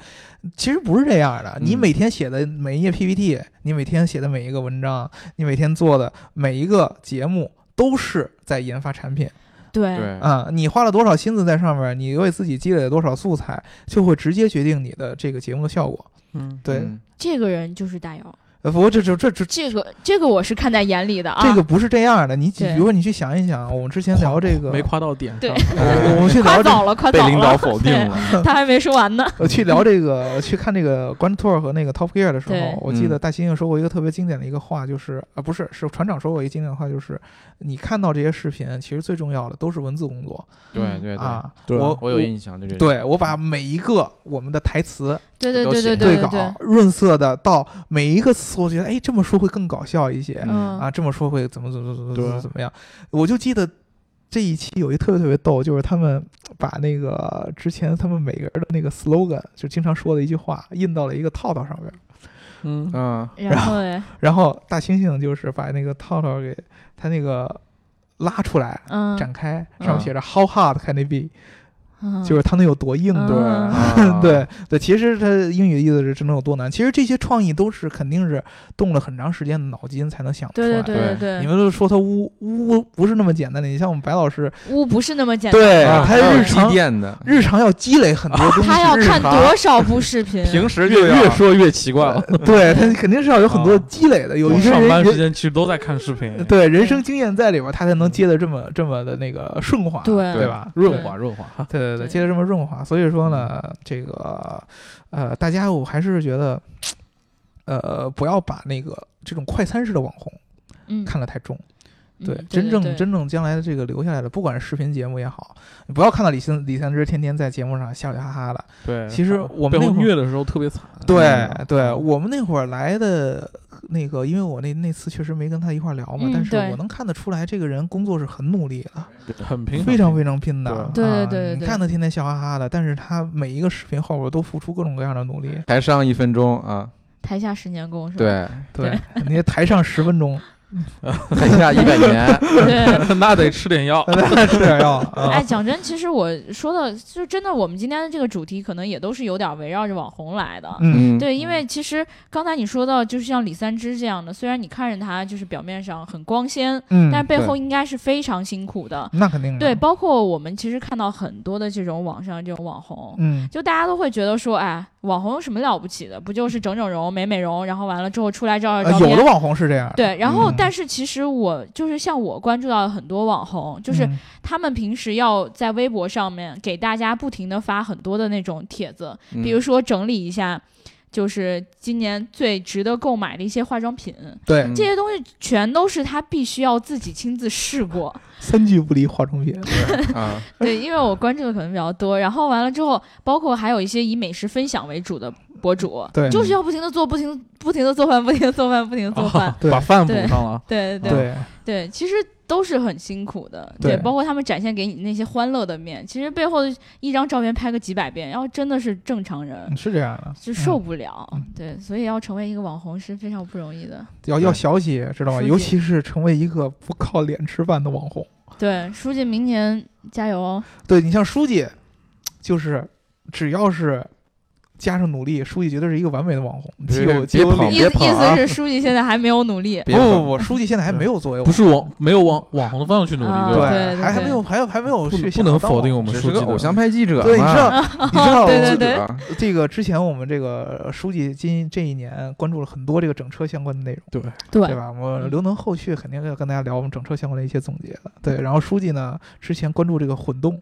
其实不是这样的，你
嗯
每天写的每一页 PPT，你每天写的每一个文章，你每天做的每一个节目，都是在研发产品。
对
对，
啊，你花了多少心思在上面，你为自己积累了多少素材，就会直接决定你的这个节目的效果。
嗯，
对，
嗯
这个人就是大姚，
呃，不过这这这这
这个这个我是看在眼里的啊。
这个不是这样的。你
对
比如说你去想一想，我们之前聊这个，
没夸到点
对
上，
<laughs>
我我们去
夸
聊这
早了，夸
被
早
领导
了，
否定了，
他还没说完呢。
<laughs> 呃，去聊这个，去看这个《关注 tour》和那个《Top Gear》的时
对
候，我记得
嗯
大猩猩说过一个特别经典的一个话，就是啊，不是，是船长说过一个经典的话，就是你看到这些视频，其实最重要的都是文字工作
<laughs> 对对对，
啊。
对
我
我有印象，对对
对我把每一个我们的台词
对对对对
对
对对
稿，嗯润色的到每一个词，我觉得哎，这么说会更搞笑一些、
嗯
啊，这么说会怎么怎么怎么怎
对
么怎么样？我就记得这一期有一特别特别逗，就是他们把那个之前他们每个人的那个 slogan，就经常说的一句话，印到了一个套套上面。
嗯，
呃
嗯，
然后嘞，
然后大猩猩就是把那个套套给他那个拉出来。
嗯，
展开，上面
嗯
写着 “How hard can it be”，、
嗯
就是它能有多硬，
嗯
对吧？
嗯
啊
<laughs> 对对，其实它英语的意思是这能有多难？其实这些创意都是肯定是动了很长时间的脑筋才能想出来。
对对对
对
对
你们都说它污污不是那么简单的，你像我们白老师，
屋不是那么简单，
对
啊
他
还有
日
积
常
淀的，
日常要积累很多东
嗯 <laughs>
西，
他要看
日常
多少部视频？
平时就
越越
要
说越奇怪了，
<laughs> 对他肯定是要有很多
啊
积累的，有
我
一些
上班
人
时
人
间其实都在看视频，
对人
嗯
生经验在里边，他才能接的这么这么的那个顺滑，
对
对吧？
润滑润滑哈，
对对对，
对嗯
接的这么润滑，所以说呢，这个呃，大家我还是觉得，呃，不要把那个这种快餐式的网红
嗯，
看得太重，
嗯
对
对，
真正
对
真正将来的这个留下来的，不管是视频节目也好，你不要看到李三李三枝天天在节目上笑笑哈哈的。
对，
其实我
背
们那
后
会儿
虐的时候特别惨。
对对，我们那会儿来的那个，因为我那那次确实没跟他一块儿聊嘛，
嗯
但是
对
我能看得出来，这个人工作是很努力的，
很平常，
非常非常拼的。
对对对
啊
对对
你看他天天笑哈哈的，但是他每一个视频后边都付出各种各样的努力。
台上一分钟啊，
台下十年功是吧？
对，
对，你台上十分钟，
台下一百年，
<laughs> 对对。
<laughs> 那得吃点药。
吃点药 <laughs>
哎，
啊。
讲真，其实我说的就真的，我们今天的这个主题可能也都是有点围绕着网红来的。
嗯，
嗯，
对，因为其实刚才你说到，就是像李三枝这样的，虽然你看着他就是表面上很光鲜，
嗯，
但是背
对
后应该是非常辛苦的。
那肯定的
对，，包括我们其实看到很多的这种网上这种网红，
嗯，
就大家都会觉得说，哎，网红有什么了不起的？不就是整整容、美美容，然后完了之后出来照
呃
照照
有的
片。
网红是这样，，
对，然后
嗯
但是其实我就是像我关注到的很多网红，就是
嗯
他们平时要在微博上面给大家不停的发很多的那种帖子，
嗯
比如说整理一下，就是今年最值得购买的一些化妆品，
对，
这些东西全都是他必须要自己亲自试过。
三句不离化妆品，
嗯
啊，
对，因为我关注的可能比较多，然后完了之后，包括还有一些以美食分享为主的博主，
对
就是要不停的做，不停不停的做饭，不停的做饭，不停的做饭。
呃
哦把饭补
对
上了。
对对
对，
对，其实都是很辛苦的，
对
包括他们展现给你那些欢乐的面，其实背后一张照片拍个几百遍，然后真的是正常人
嗯是这样的，
就
嗯
受不了，
嗯
对，所以要成为一个网红是非常不容易的。
要要小姐知道吗？
书记
尤其是成为一个不靠脸吃饭的网红。
对，书记明年加油哦！
对你像书记，就是只要是加上努力，书记绝对是一个完美的网红，
别
既有
别
既有
捧
理。
意
别
思
捧
意思
啊
是书记现在还没有努力，
不
别捧
不不，书记现在还没有作为网
不
红，
是网没有往网红的方向去努
啊
力，
对
吧？
对对
还还
对
没有还有还没有
不
去
能不
想
能
当
否定
网红
我们
只
书
是
记
个
的
偶像派记者
对，你
嘛
知道
<laughs>
你知道
哦对对对
啊
这个之前我们这个书记今这一年关注了很多这个整车相关的内容。
对，
对
对吧？我
嗯
刘能后续肯定要跟大家聊我们整车相关的一些总结的。对，然后书记呢，之前关注这个混动，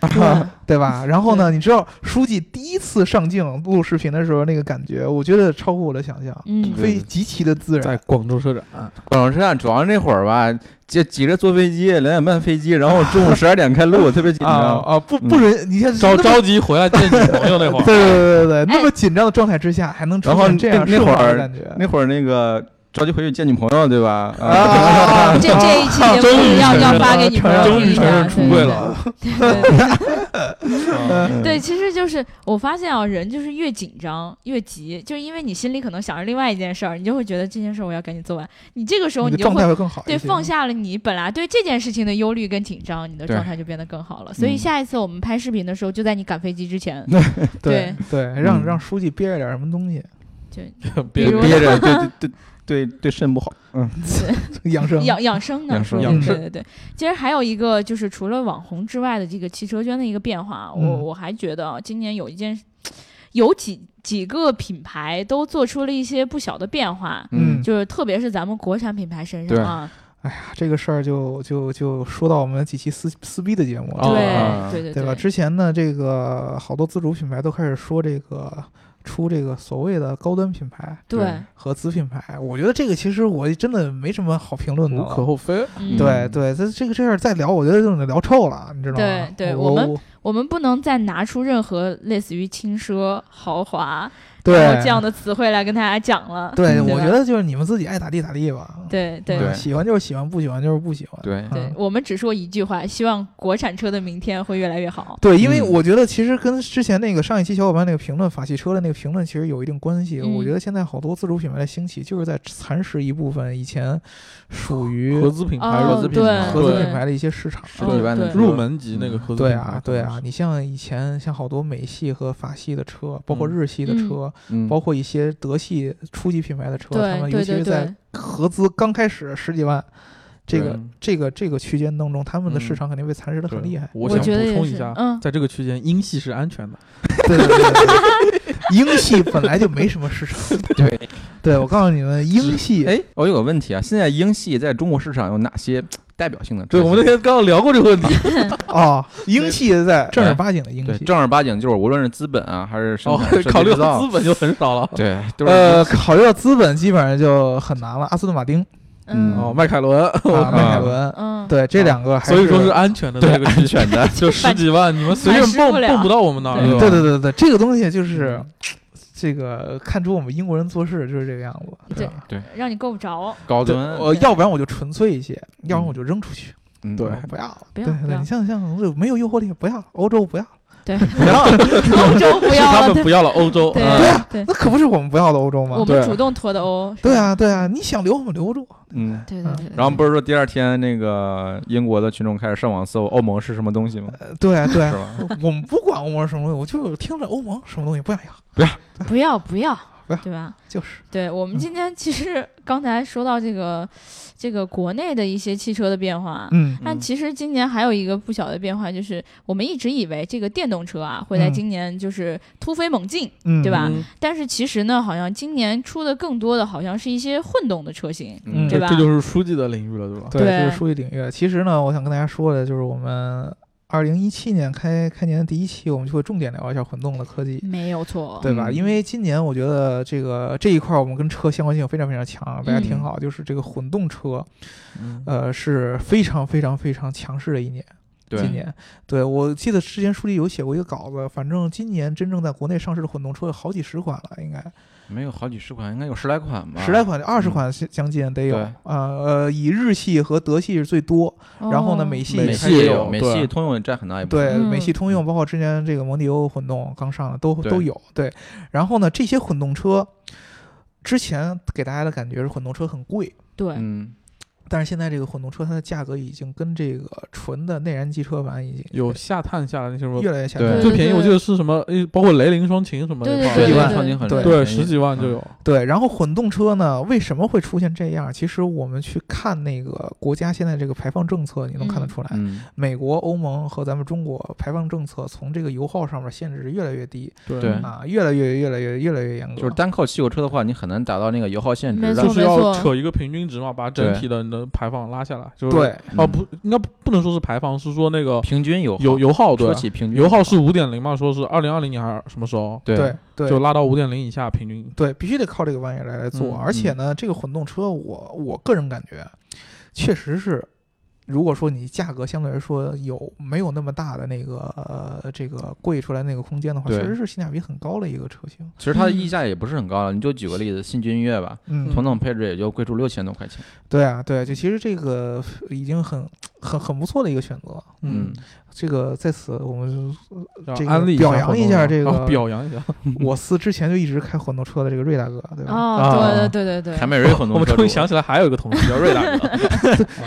对
对吧？然后呢，你知道书记第一次上镜录视频的时候那个感觉，我觉得超乎我的想象，
嗯，
非极其的自
在
然。
广州车展，啊
广州车站主要是那会儿吧，急急着坐飞机，两点半飞机，然后中午十二点开录，特别紧
啊
张。嗯
啊，不不准你看
着
那么
着急回来见女朋友那会
对对对
儿，
对对，那么紧张的状态之
哎
下还能出
然后
现这样
那那
顺
会
滑的
儿
感觉
那会儿那个着急回去见女朋友，对吧？
啊啊
啊，
啊啊
这这一期节
终
目
于
要
承
要
认
发
了
给女
承
朋友
认
终
听
于
一
承
下，
认
对
出柜了。
对对对
啊
嗯
嗯
对，其实就是我发现啊，人就是越紧张越急，就是因为你心里可能想着另外一件事儿，你就会觉得这件事儿我要赶紧做完，你这个时候你
你的
就
状
会
态会更好一
对
些
放下了你本来对这件事情的忧虑跟紧张，你的
对
状态就变得更好了。所以
嗯
下一次我们拍视频的时候，就在你赶飞机之前，
对对，让
嗯
让书记憋着点什么东西，
比
别
如
憋着，对对对对对肾不好。嗯，
养生
养养生呢，
养
说
生
的
养
对
生
对对。其实还有一个就是除了网红之外的这个汽车圈的一个变化，我
嗯
我还觉得啊，今年有一件，有几几个品牌都做出了一些不小的变化，
嗯
就是特别是咱们国产品牌身上啊，
哎呀，这个事儿就就就说到我们几期撕撕逼的节目了，
哦
对
啊
对对
对吧？之前呢，这个好多自主品牌都开始说这个出这个所谓的高端品牌
对，
和子品牌，我觉得这个其实我真的没什么好评论的
无
了。
可厚非。
嗯
对对，这这个这事儿再聊，我觉得就得聊臭了，你知道吗？
对对
我
我们我们不能再拿出任何类似于轻奢、豪华
对
然后这样的词汇来跟大家讲了。
对，
对吧
我觉得就是你们自己爱咋地咋地吧。
对对
嗯喜欢就是喜欢，不喜欢就是不喜欢。
对
嗯
对，我们只说一句话，希望国产车的明天会越来越好。
对，因为
嗯
我觉得其实跟之前那个上一期小伙伴那个评论法系车的那个评论其实有一定关系。我
嗯
觉得现在好多自主品牌的兴起，就是在蚕食一部分以前属于
合资品牌，
哦
合资品牌，
对
合资
嗯对
品牌的一些市场。
十几万
哦
的
对
入门级那个合资
对
品牌
啊，对啊，，你像以前像好多美系和法系的车，包括
嗯
日系的车，
嗯
包括一些德系初级品牌的车，他
对
们尤
对
其
对
是在
对，
合资刚开始十几万这个
对
这个这个区间当中，他们的市
嗯
场肯定被蚕食的
对
很厉害。
我
我想
觉得
补
也
充一
是
下，，
嗯，
在这个区间，英系是安全的。
对对对对对， <laughs> 英系本来就没什么市场。
对，
对，我告诉你们，英系
哎，我有个问题啊，现在英系在中国市场有哪些代表性的车型？
对，我们那天刚刚聊过这个问题，
哦，英系在正儿
对
八经的英
对
系。
正儿八经就是无论是资本啊还是生
<laughs> 哦
产，
考虑
设计制造
到资本就很少了。
对，都是
呃呃，考虑到资本，基本上就很难了。阿斯顿马丁，
嗯
哦，迈凯伦，
啊，迈凯伦，
嗯，
对这两个还
<laughs> 所以说是安全的，这个安全的， <laughs> 就十几万，你们随便
反噬不
蹦
了
蹦不到我们那儿，
对
吧
对对对对，这个东西就是这个看出我们英国人做事就是这个样子，
对
吧
让你够不着，
高
对，
端，
我要不然我就纯粹一些，要不然我就扔出去，
嗯
对，不要，
不
对
要不
对，
要
你像像没有诱惑力，不要，欧洲不要， <laughs>
对
不要，
欧洲不
是
要
他
了，
们
对
不要了欧洲，
对
嗯
对，
那可不是我们不要的欧洲吗
我？们
对
主动脱的欧，是
对
吧，
啊，对啊，你想留我们留住，
嗯。
对对对对，
然后不是说第二天那个英国的群众开始上网搜欧盟是什么东西吗？
呃对啊，对
是
啊，
吧？
<laughs> 我们不管欧盟是什么东西，我就听着欧盟什么东西不想要，
不要不要
不要，
对吧？
就是
对我们今天其实刚才说到这个这个国内的一些汽车的变化。
嗯
但其实今年还有一个不小的变化，就是我们一直以为这个电动车啊会在
嗯
今年就是突飞猛进，
嗯，
对吧
嗯
但是其实呢，好像今年出的更多的好像是一些混动的车型。
嗯
对吧
这就是书记的领域了，对吧？
对，
对
这是数据领域。其实呢，我想跟大家说的就是，我们二零一七年开开年的第一期，我们就会重点聊一下混动的科技，
没有错，
对吧？
嗯
因为今年我觉得这个这一块儿我们跟车相关性非常非常强，大家听好，就是这个混动车，
嗯
呃，是非常非常非常强势的一年。
对
今年，对我记得之前书里有写过一个稿子，反正今年真正在国内上市的混动车有好几十款了，应该
没有好几十款，应该有十来款吧。
十来款、二十款将近得有
对
啊。呃，以日系和德系是最多，
哦
然后呢，美系
美
也
美
开
系
始
也
有
有，美
对
系通用也占很
哎
大一部分。
对，
嗯
美系通用，包括之前这个蒙迪欧混动刚上的都
对
都有。对，然后呢，这些混动车之前给大家的感觉是混动车很贵，
对，
嗯，
但是现在这个混动车它的价格已经跟这个纯的内燃机车版已经
有下探下来那些什么
越来越下
对
降。
对
最便宜，我记得是什么，诶，包括雷凌双擎什么
对
那
十
对对对
块儿，
几
对
万
对
创新很
对
对，嗯
便宜
十几万就有，
对，然后混动车呢，为什么会出现这样？其实我们去看那个国家现在这个排放政策，你能看得
嗯
出来，
嗯，
美国、欧盟和咱们中国排放政策从这个油耗上面限制是越来越低
对
嗯
啊，越来越越来越越来越严格。
就是单靠汽油车的话，你很难达到那个油耗限
没
值
错
的。
就是
没
要
错
扯一个平均值嘛，把整
对
体的你的排放拉下来，就是
对，
哦，
嗯
不，应该不不能说是排放，是说那个
平均油耗
油油耗对
车，企平均
油耗是五点零嘛，说是二零二零年还是什么时候，
对
对对
就拉到五点零以下平均。
对，必须得靠这个玩意儿来来做。
嗯
而且呢，这个混动车我，我个人感觉，确实是，如果说你价格相对来说有没有那么大的那个呃这个贵出来那个空间的话，
对
确实是性价比很高的一个车型。
其实它的溢价也不是很高了。你就举个例子，新君越吧，
嗯，
同等配置也就贵出六千多块钱。
对啊，对啊，就其实这个已经很很很不错的一个选择。
嗯，
这个在此我们
要
这个
安利
表扬一下
活动
这个
啊表扬一下，
<laughs>
我司之前就一直开混动车的这个瑞大哥，对吧？
哦，对对对对
凯
对，
美瑞很多
我们
车
终于
主，
想起来还有一个同事叫瑞大哥，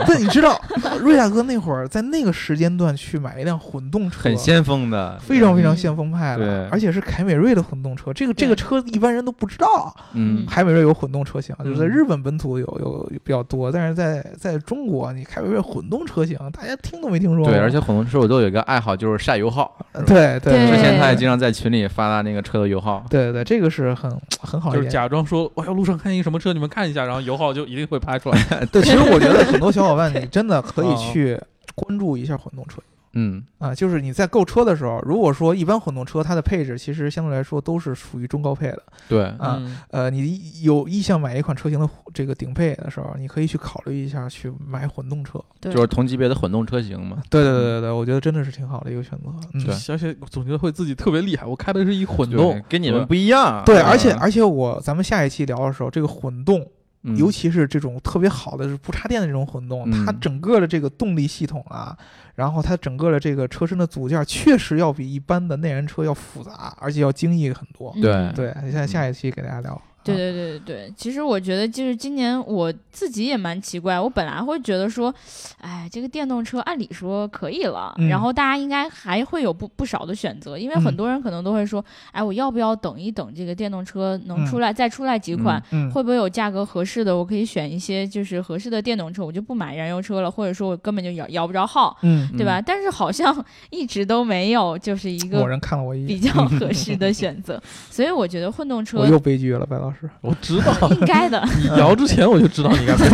但你知道，瑞大哥那会儿在那个时间段去买一辆混动车，
很先锋的，
非常非常先锋派
对
了，而且是凯美瑞的混动车。这个这个
嗯对
车一般人都不知道，
嗯，
凯美瑞有混动车型，就是在
嗯
日本本土有有有比较多，但是在在中国，啊你凯美瑞混动车型大家听都没听说过。
对，而且混动车我都有一个爱好，就是晒油耗。
哦呃对
对
对，
之前他也
对
经常在群里发他那个车的油耗。
对对，这个是很很好的
就
一
是
点。
假装说，哎呀，路上看见一个什么车，你们看一下，然后油耗就一定会拍出来。
<laughs> 对，其实我觉得很多小伙伴，你 <laughs> 真的可以去关注一下混动车。
嗯，
啊，就是你在购车的时候，如果说一般混动车它的配置其实相对来说都是属于中高配的，
对，
啊
嗯
呃，你有意向买一款车型的这个顶配的时候，你可以去考虑一下去买混动车。
就是同级别的混动车型嘛。
对对对对对，我觉得真的是挺好的一个选择。嗯，
对
而且总觉得会自己特别厉害，我开的是一混
对
动，
跟你们不一样。
对，
嗯
而且而且我咱们下一期聊的时候，这个混动，
嗯
尤其是这种特别好的、就是不插电的这种混动，它
嗯
整个的这个动力系统啊，然后它整个的这个车身的组件，确实要比一般的内燃车要复杂，而且要精益很多。
嗯
对
对，现在下一期给大家聊。
对
啊，
对对对对，其实我觉得就是今年我自己也蛮奇怪，我本来会觉得说，哎，这个电动车按理说可以了，
嗯
然后大家应该还会有不不少的选择，因为
嗯
很多人可能都会说，哎，我要不要等一等这个电动车能
嗯
出来、再出来几款？
嗯，
会不会有价格合适的？我可以选一些就是合适的电动车，我就不买燃油车了，或者说我根本就摇摇不着号，
嗯，
对吧？但是好像 <laughs> 一直都没有就是一
某
个
人看了我一
比
眼，
较合适的选择，所以我觉得混动车
我又悲剧了，白老师。
我知道。
应该的。
你摇之前我就知道你该不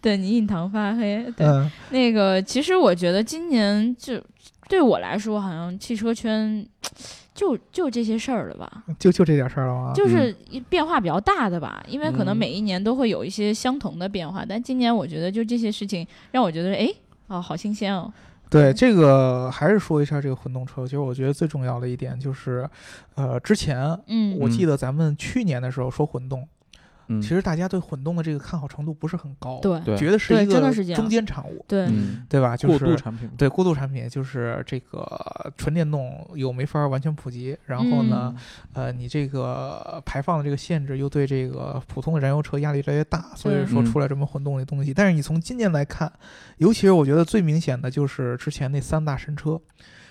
对你印堂发黑。对，
嗯
那个其实我觉得今年就对我来说，好像汽车圈就就这些事儿了吧，
就就这点事儿了啊吗？
就是一变化比较大的吧，因为可能
嗯
每一年都会有一些相同的变化，但今年我觉得就这些事情让我觉得，哎，哦，好新鲜哦，
对这个还是说一下这个混动车，其实我觉得最重要的一点就是，呃，之前
嗯
我记得咱们去年的时候说混动，
嗯
其实大家对混动的这个看好程度不是很高，，
对
对
觉得是
对
一
真的
个
是这样
中间产物，
对，
嗯
对吧？就
过渡
是
产品。
对过渡产品，就是这个纯电动又没法完全普及，然后呢，
嗯
呃，你这个排放的这个限制又对这个普通的燃油车压力越来越大，所以
对
说
嗯
出来这么混动的东西。但是你从今年来看，尤其是我觉得最明显的就是之前那三大神车，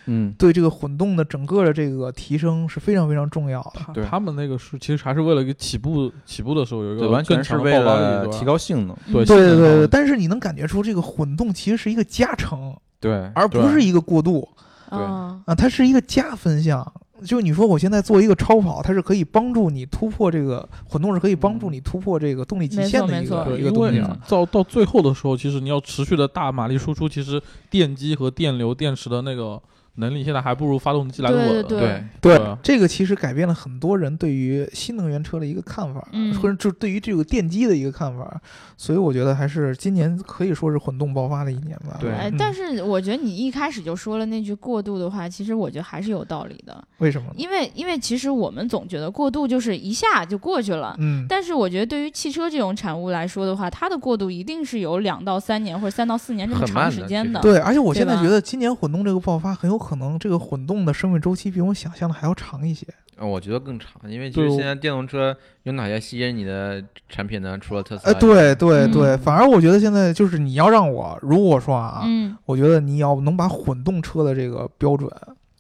嗯，
对这个混动的整个的这个提升是非常非常重要的。
他
对
他们那个是其实还是为了给起步起步的时候有一
对，
个
完全
更
是
强的
为
爆发
了提
力，对吧
高性能，
对
嗯
对对对
是
对，
的
但是你能感觉出这个混动其实是一个加成，
对，
而不是一个过渡
对
哦
啊，它是一个加分项。就你说我现在做一个超跑，它是可以帮助你突破这个混动，是可以帮助你突破这个动力极限的一
嗯没错
个
对，
一个
因
东西
为
啊。
到到最后的时候，其实你要持续的大马力输出，其实电机和电流、电池的那个能力，现在还不如发动机来的
对
稳。
对
对，
对啊
对，
这个其实改变了很多人对于新能源车的一个看法，
嗯
或者就是对于这个电机的一个看法，所以我觉得还是今年可以说是混动爆发的一年吧。嗯
对
哎，但是我觉得你一开始就说了那句过度的话，其实我觉得还是有道理的，
为什么呢？
因为因为其实我们总觉得过度就是一下就过去了，
嗯，
但是我觉得对于汽车这种产物来说的话，它的过渡一定是有两到三年或者三到四年这么
很
长
慢
时
的
间的。
对，而且我现在
对吧
觉得今年混动这个爆发，很有可能这个混动的生命周期比我想象的还要长一些。
呃我觉得更长，因为就
对
是
我
现在电动车有哪些吸引你的产品呢？除了特斯
哎，
拉，
对，对
嗯
对，反而我觉得现在就是你要让我，如果说啊，
嗯，
我觉得你要能把混动车的这个标准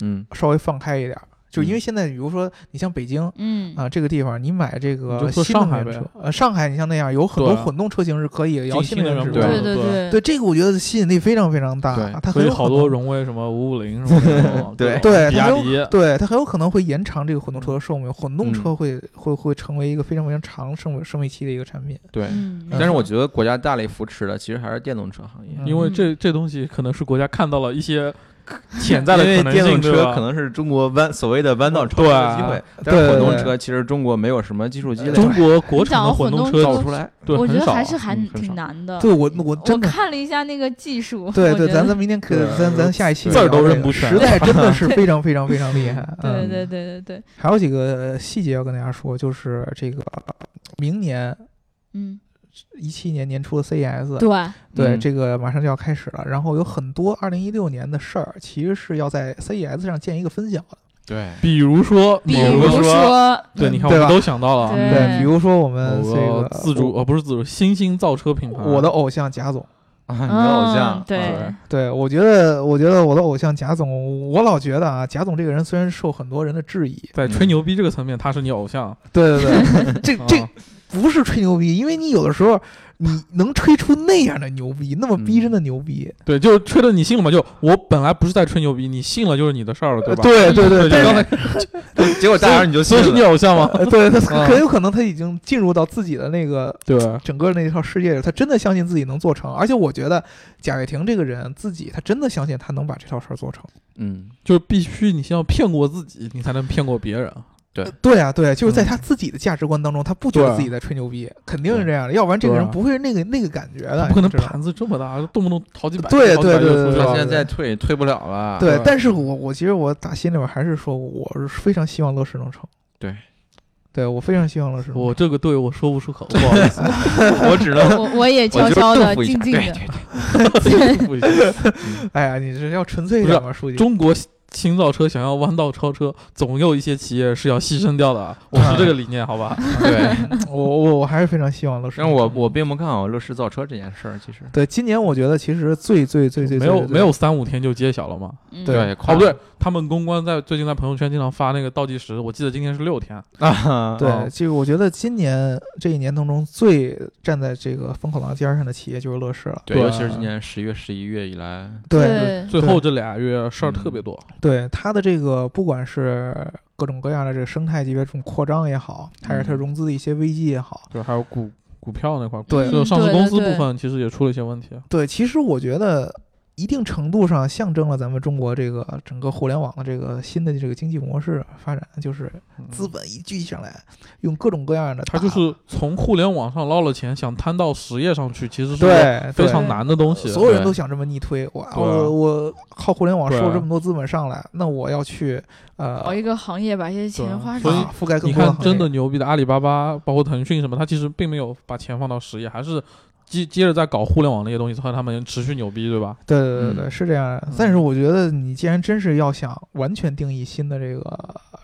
嗯，
稍微放开一点儿，就
嗯
因为现在比如说你像北京。
嗯
啊，这个地方你买这
你就
个
说
新能
上海
源车
呗，
呃，上海你像那样有很多
对啊
混动车型是可以摇
进
新
新能
源
源
制
对
的
对
对
对
对，这个我觉得吸引力非常非常大啊
对，
它
所
很
以
有
好
可
多
能
荣威什么五五零
<laughs>
什么
对
的
对
比
它
亚
<laughs>
有
迪，
对，它很有可能会延长这个混动车的寿命，混动
嗯
车会、会会成为一个非常非常长生命生命期的一个产品。
对。
嗯，
但是我觉得国家大力扶持的其实还是电动车行业，
嗯
因为这这东西可能是国家看到了一些潜在
因
的
为
可能
电动
性，对
车
吧
可能是中国弯所谓的弯道超车
对
的机会，但是
对
混动
对
车其实中国没有什么技术积累
中，国国产的混动
你
车
讲
造不
混动
出来。
对
我觉
很
得
少
还是还
嗯很
挺
少
难的。
对我我
我
真的。
看了一下那个技 <laughs> 术，
对
我
对，
觉
咱
得
咱明天可
对
咱咱下一期
字儿
聊
都
这
认
个
不
时
全
代真的
<laughs>
是非常非常非常厉害。
<laughs> 对
嗯，
对对对对，
还有几个细节要跟大家说，就是这个明年
嗯，
一七年年初的 CES，
对，
对，
嗯
这个马上就要开始了。然后有很多二零一六年的事儿，其实是要在 CES 上见一个分享的。
对，
比如说，
比
某个
如说，
对，你看我
对
们
吧
都想到了啊
对
对，比如说我们这
某
个
个自主呃不是自主新兴造车品牌，
我的偶像贾总。
啊，你的偶
嗯
像，，啊
对，
对，我觉得，我觉得我的偶像贾总，我老觉得啊，贾总这个人虽然受很多人的质疑，
在吹牛逼这个层面，他是你偶像，
对对对，嗯 <laughs>
<laughs>
这这
啊
不是吹牛逼，因为你有的时候你能吹出那样的牛逼，那么逼真的牛逼，
对，就是吹的你信了嘛？就我本来不是在吹牛逼，你信了就是你的事儿了，
呃
吧？
对对对，但
对，就刚
是
才
结果大家你就
所
信
以是你
了，
偶像吗？
<laughs> 呃对他
啊
很有可能他已经进入到自己的那个
对，
整个那一套世界里，他真的相信自己能做成，而且我觉得贾跃亭这个人自己，他真的相信他能把这套事儿做成。
嗯，
就必须你先要骗过自己，你才能骗过别人。
对啊，对啊，就是在他自己的价值观当中，他不觉
对
得
啊
自己在吹牛逼，肯定是这样的，要不然这个
对啊
人不会是那个那个感觉的，
他不可能
你知道吗
盘子这么大，动不动好几百，
对
好几百
对
就
对
出去
对
他
了
现在
对
再退退不了了，
对
对，
但是我我其实我打心里边还是说，我是非常希望乐视能成。
对，
对我非常希望乐视能成。
我这个对我说不出口，不好意思，
我只能
我我也悄
我就
悄
对
的
付一下
静静
对
的，
不好意思
哎呀，你这要纯粹一点嘛，书记。<laughs>
<laughs> 中国新造车想要弯道超车，总有一些企业是要牺牲掉的。啊我是这个理念，好吧？
对。
我我我还是非常希望乐视
但
能
是
成。
我我并不看好乐视造车这件事儿，其实
对今年我觉得其实最最最最
没
最
有
最
没有三五天就揭晓了嘛？
嗯
对
快
哦，不
了
对，他们公关在最近在朋友圈经常发那个倒计时，我记得今天是六天。
啊，
对，
哦
这个我觉得今年这一年当中最站在这个风口浪尖儿上的企业就是乐视了。
对，啊
对
尤其是今年十月、十一月以来，
对嗯
最后这俩月事儿特别多，
对，它的这个不管是各种各样的这个生态级别这种扩张也好，还是它融资的一些危机也好，
对，还有股股票那块儿，
对
就上市
对
公司
对
部分其实也出了一些问题。啊
对，其实我觉得一定程度上象征了咱们中国这个整个互联网的这个新的这个经济模式发展，就是资本一聚上来，用各种各样的
他
大，
嗯就是从互联网上捞了钱，想摊到实业上去，其实是个
对
非
对
常难的东西。
所有人
对
都想这么逆推，哇，
对啊
我我靠互联网
对啊
收这么多资本上来，那我要去呃
哦搞一个行业把这些
对
钱花出
所以
去，
啊覆盖更
你
多
看，
行
真
业
的牛逼的阿里巴巴，包括腾讯什么，它其实并没有把钱放到实业，还是接接着在搞互联网那些东西，所以他们持续牛逼，对吧？
对对对
嗯
对，是这样的
嗯。
但是我觉得你既然真是要想完全定义新的这个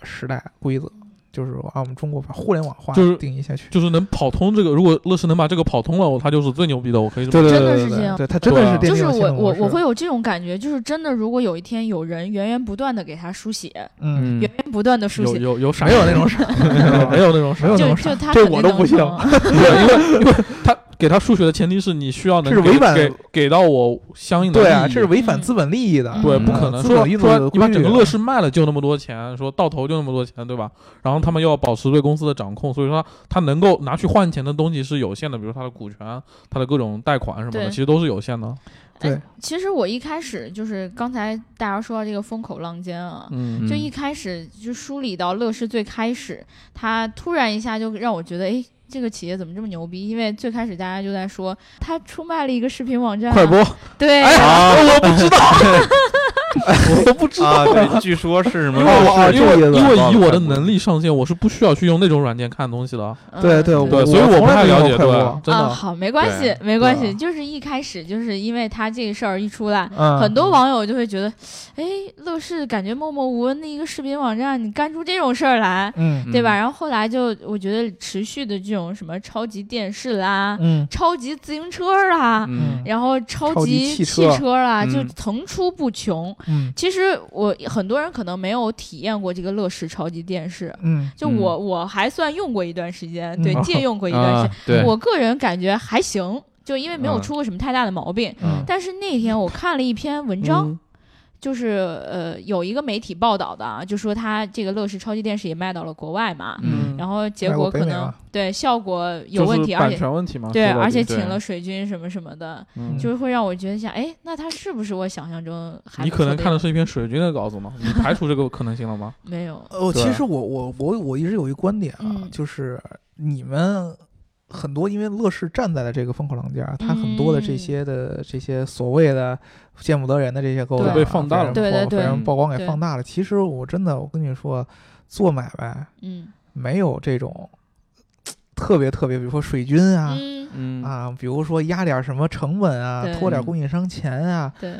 时代规则，就是按我们中国把互联网化
就是
定义下去。
就是能跑通这个，如果乐视能把这个跑通了，它就是最牛逼的。我可以这么
对
真
对对
的
对
是
对
这
对，
样
对，它真的是奠
对
就
定
是
了新
我
的
我
模式
我会有这种感觉，就是真的，如果有一天有人源源不断的给他输血，
嗯，
源源不断的输
有
血，
有有啥
没有那种事儿，
没有那种事
没有那
就
种事
就
儿，
他
这
肯定
我都
能
不信
成
<laughs>
他给他数学的前提是你需要能
这是
给
违反
给给到我相应的
对啊，
利益
这是违反资本利益的，
嗯
对，
嗯
不可能
资
说
本运作
说
的
你把整
规
个
律啊
乐视卖了就那么多钱，说到头就那么多钱，对吧？然后他们又要保持对公司的掌控，所以说他能够拿去换钱的东西是有限的，比如他的股权、他的各种贷款什么的，
对
其实都是有限的。
对，
其实我一开始就是刚才大家说到这个风口浪尖啊，
嗯，
就一开始就梳理到乐视最开始，它突然一下就让我觉得，哎，这个企业怎么这么牛逼？因为最开始大家就在说，它出卖了一个视频网站、
快播，
对，
哎
啊，
哎我不知道，我都不知道。
啊，对，据说是什么
因
哦
为
哦
我是啊因
这个意
为
思
因为以我的能力上限，我是不需要去用那种软件看东西的，
嗯
对对
对，
我
所以我不
从来
太
没有
了解，
快
对
播，
真
啊，
的，
好，没关系
对，
没关
对
啊
系，就是一开始就是因为它这个事儿一出来，
嗯，
很多网友就会觉得，哎，乐视感觉默默无闻的一个视频网站，你干出这种事儿来，
嗯
对吧？然后后来就我觉得持续的这种什么超级电视啦、
嗯
超级自行车啦，
嗯
然后超
超级
级汽
汽车
车啦，就
嗯
层出不穷。
嗯
其实我很多人可能没有体验过这个乐视超级电视，
嗯，
就我、我还算用过一段时间，对，
嗯
借用过一段时
啊
间，，
对，
我个人感觉还行，就因为没有
啊
出过什么太大的毛病。
嗯
但是那天我看了一篇文章，
嗯
就是呃，有一个媒体报道的啊，就说它这个乐视超级电视也卖到了国外嘛，
嗯，
然后结
卖过
果
哎北
可
美啊
能
吗
对效果有
就
问
是
题，而
版
且
权问题嘛，
对，
说到
而
底
且
对
请了水军什么什么的，
嗯
就是会让我觉得想，哎，那他是不是我想象中还
你
不
可
错
能
的
看的
一
是一篇水军的稿子嘛，你排除这个可能性了吗？
个没有？
呃，
对
其实我我我我一直有一观点啊，
嗯
就是你们很多因为乐视站在了这个风口浪尖儿，它很多的这
嗯
些的、这些所谓的见不得人的这些勾
对
当啊
被放大了
对对
被人曝被人
对
曝光给
对
放大了。其实我真的，我跟你说，做买卖
嗯
没有这种特别特别，比如说水军啊。
嗯，
嗯
啊，比如说压点什么成本啊
对，
拖点供应商钱啊，
对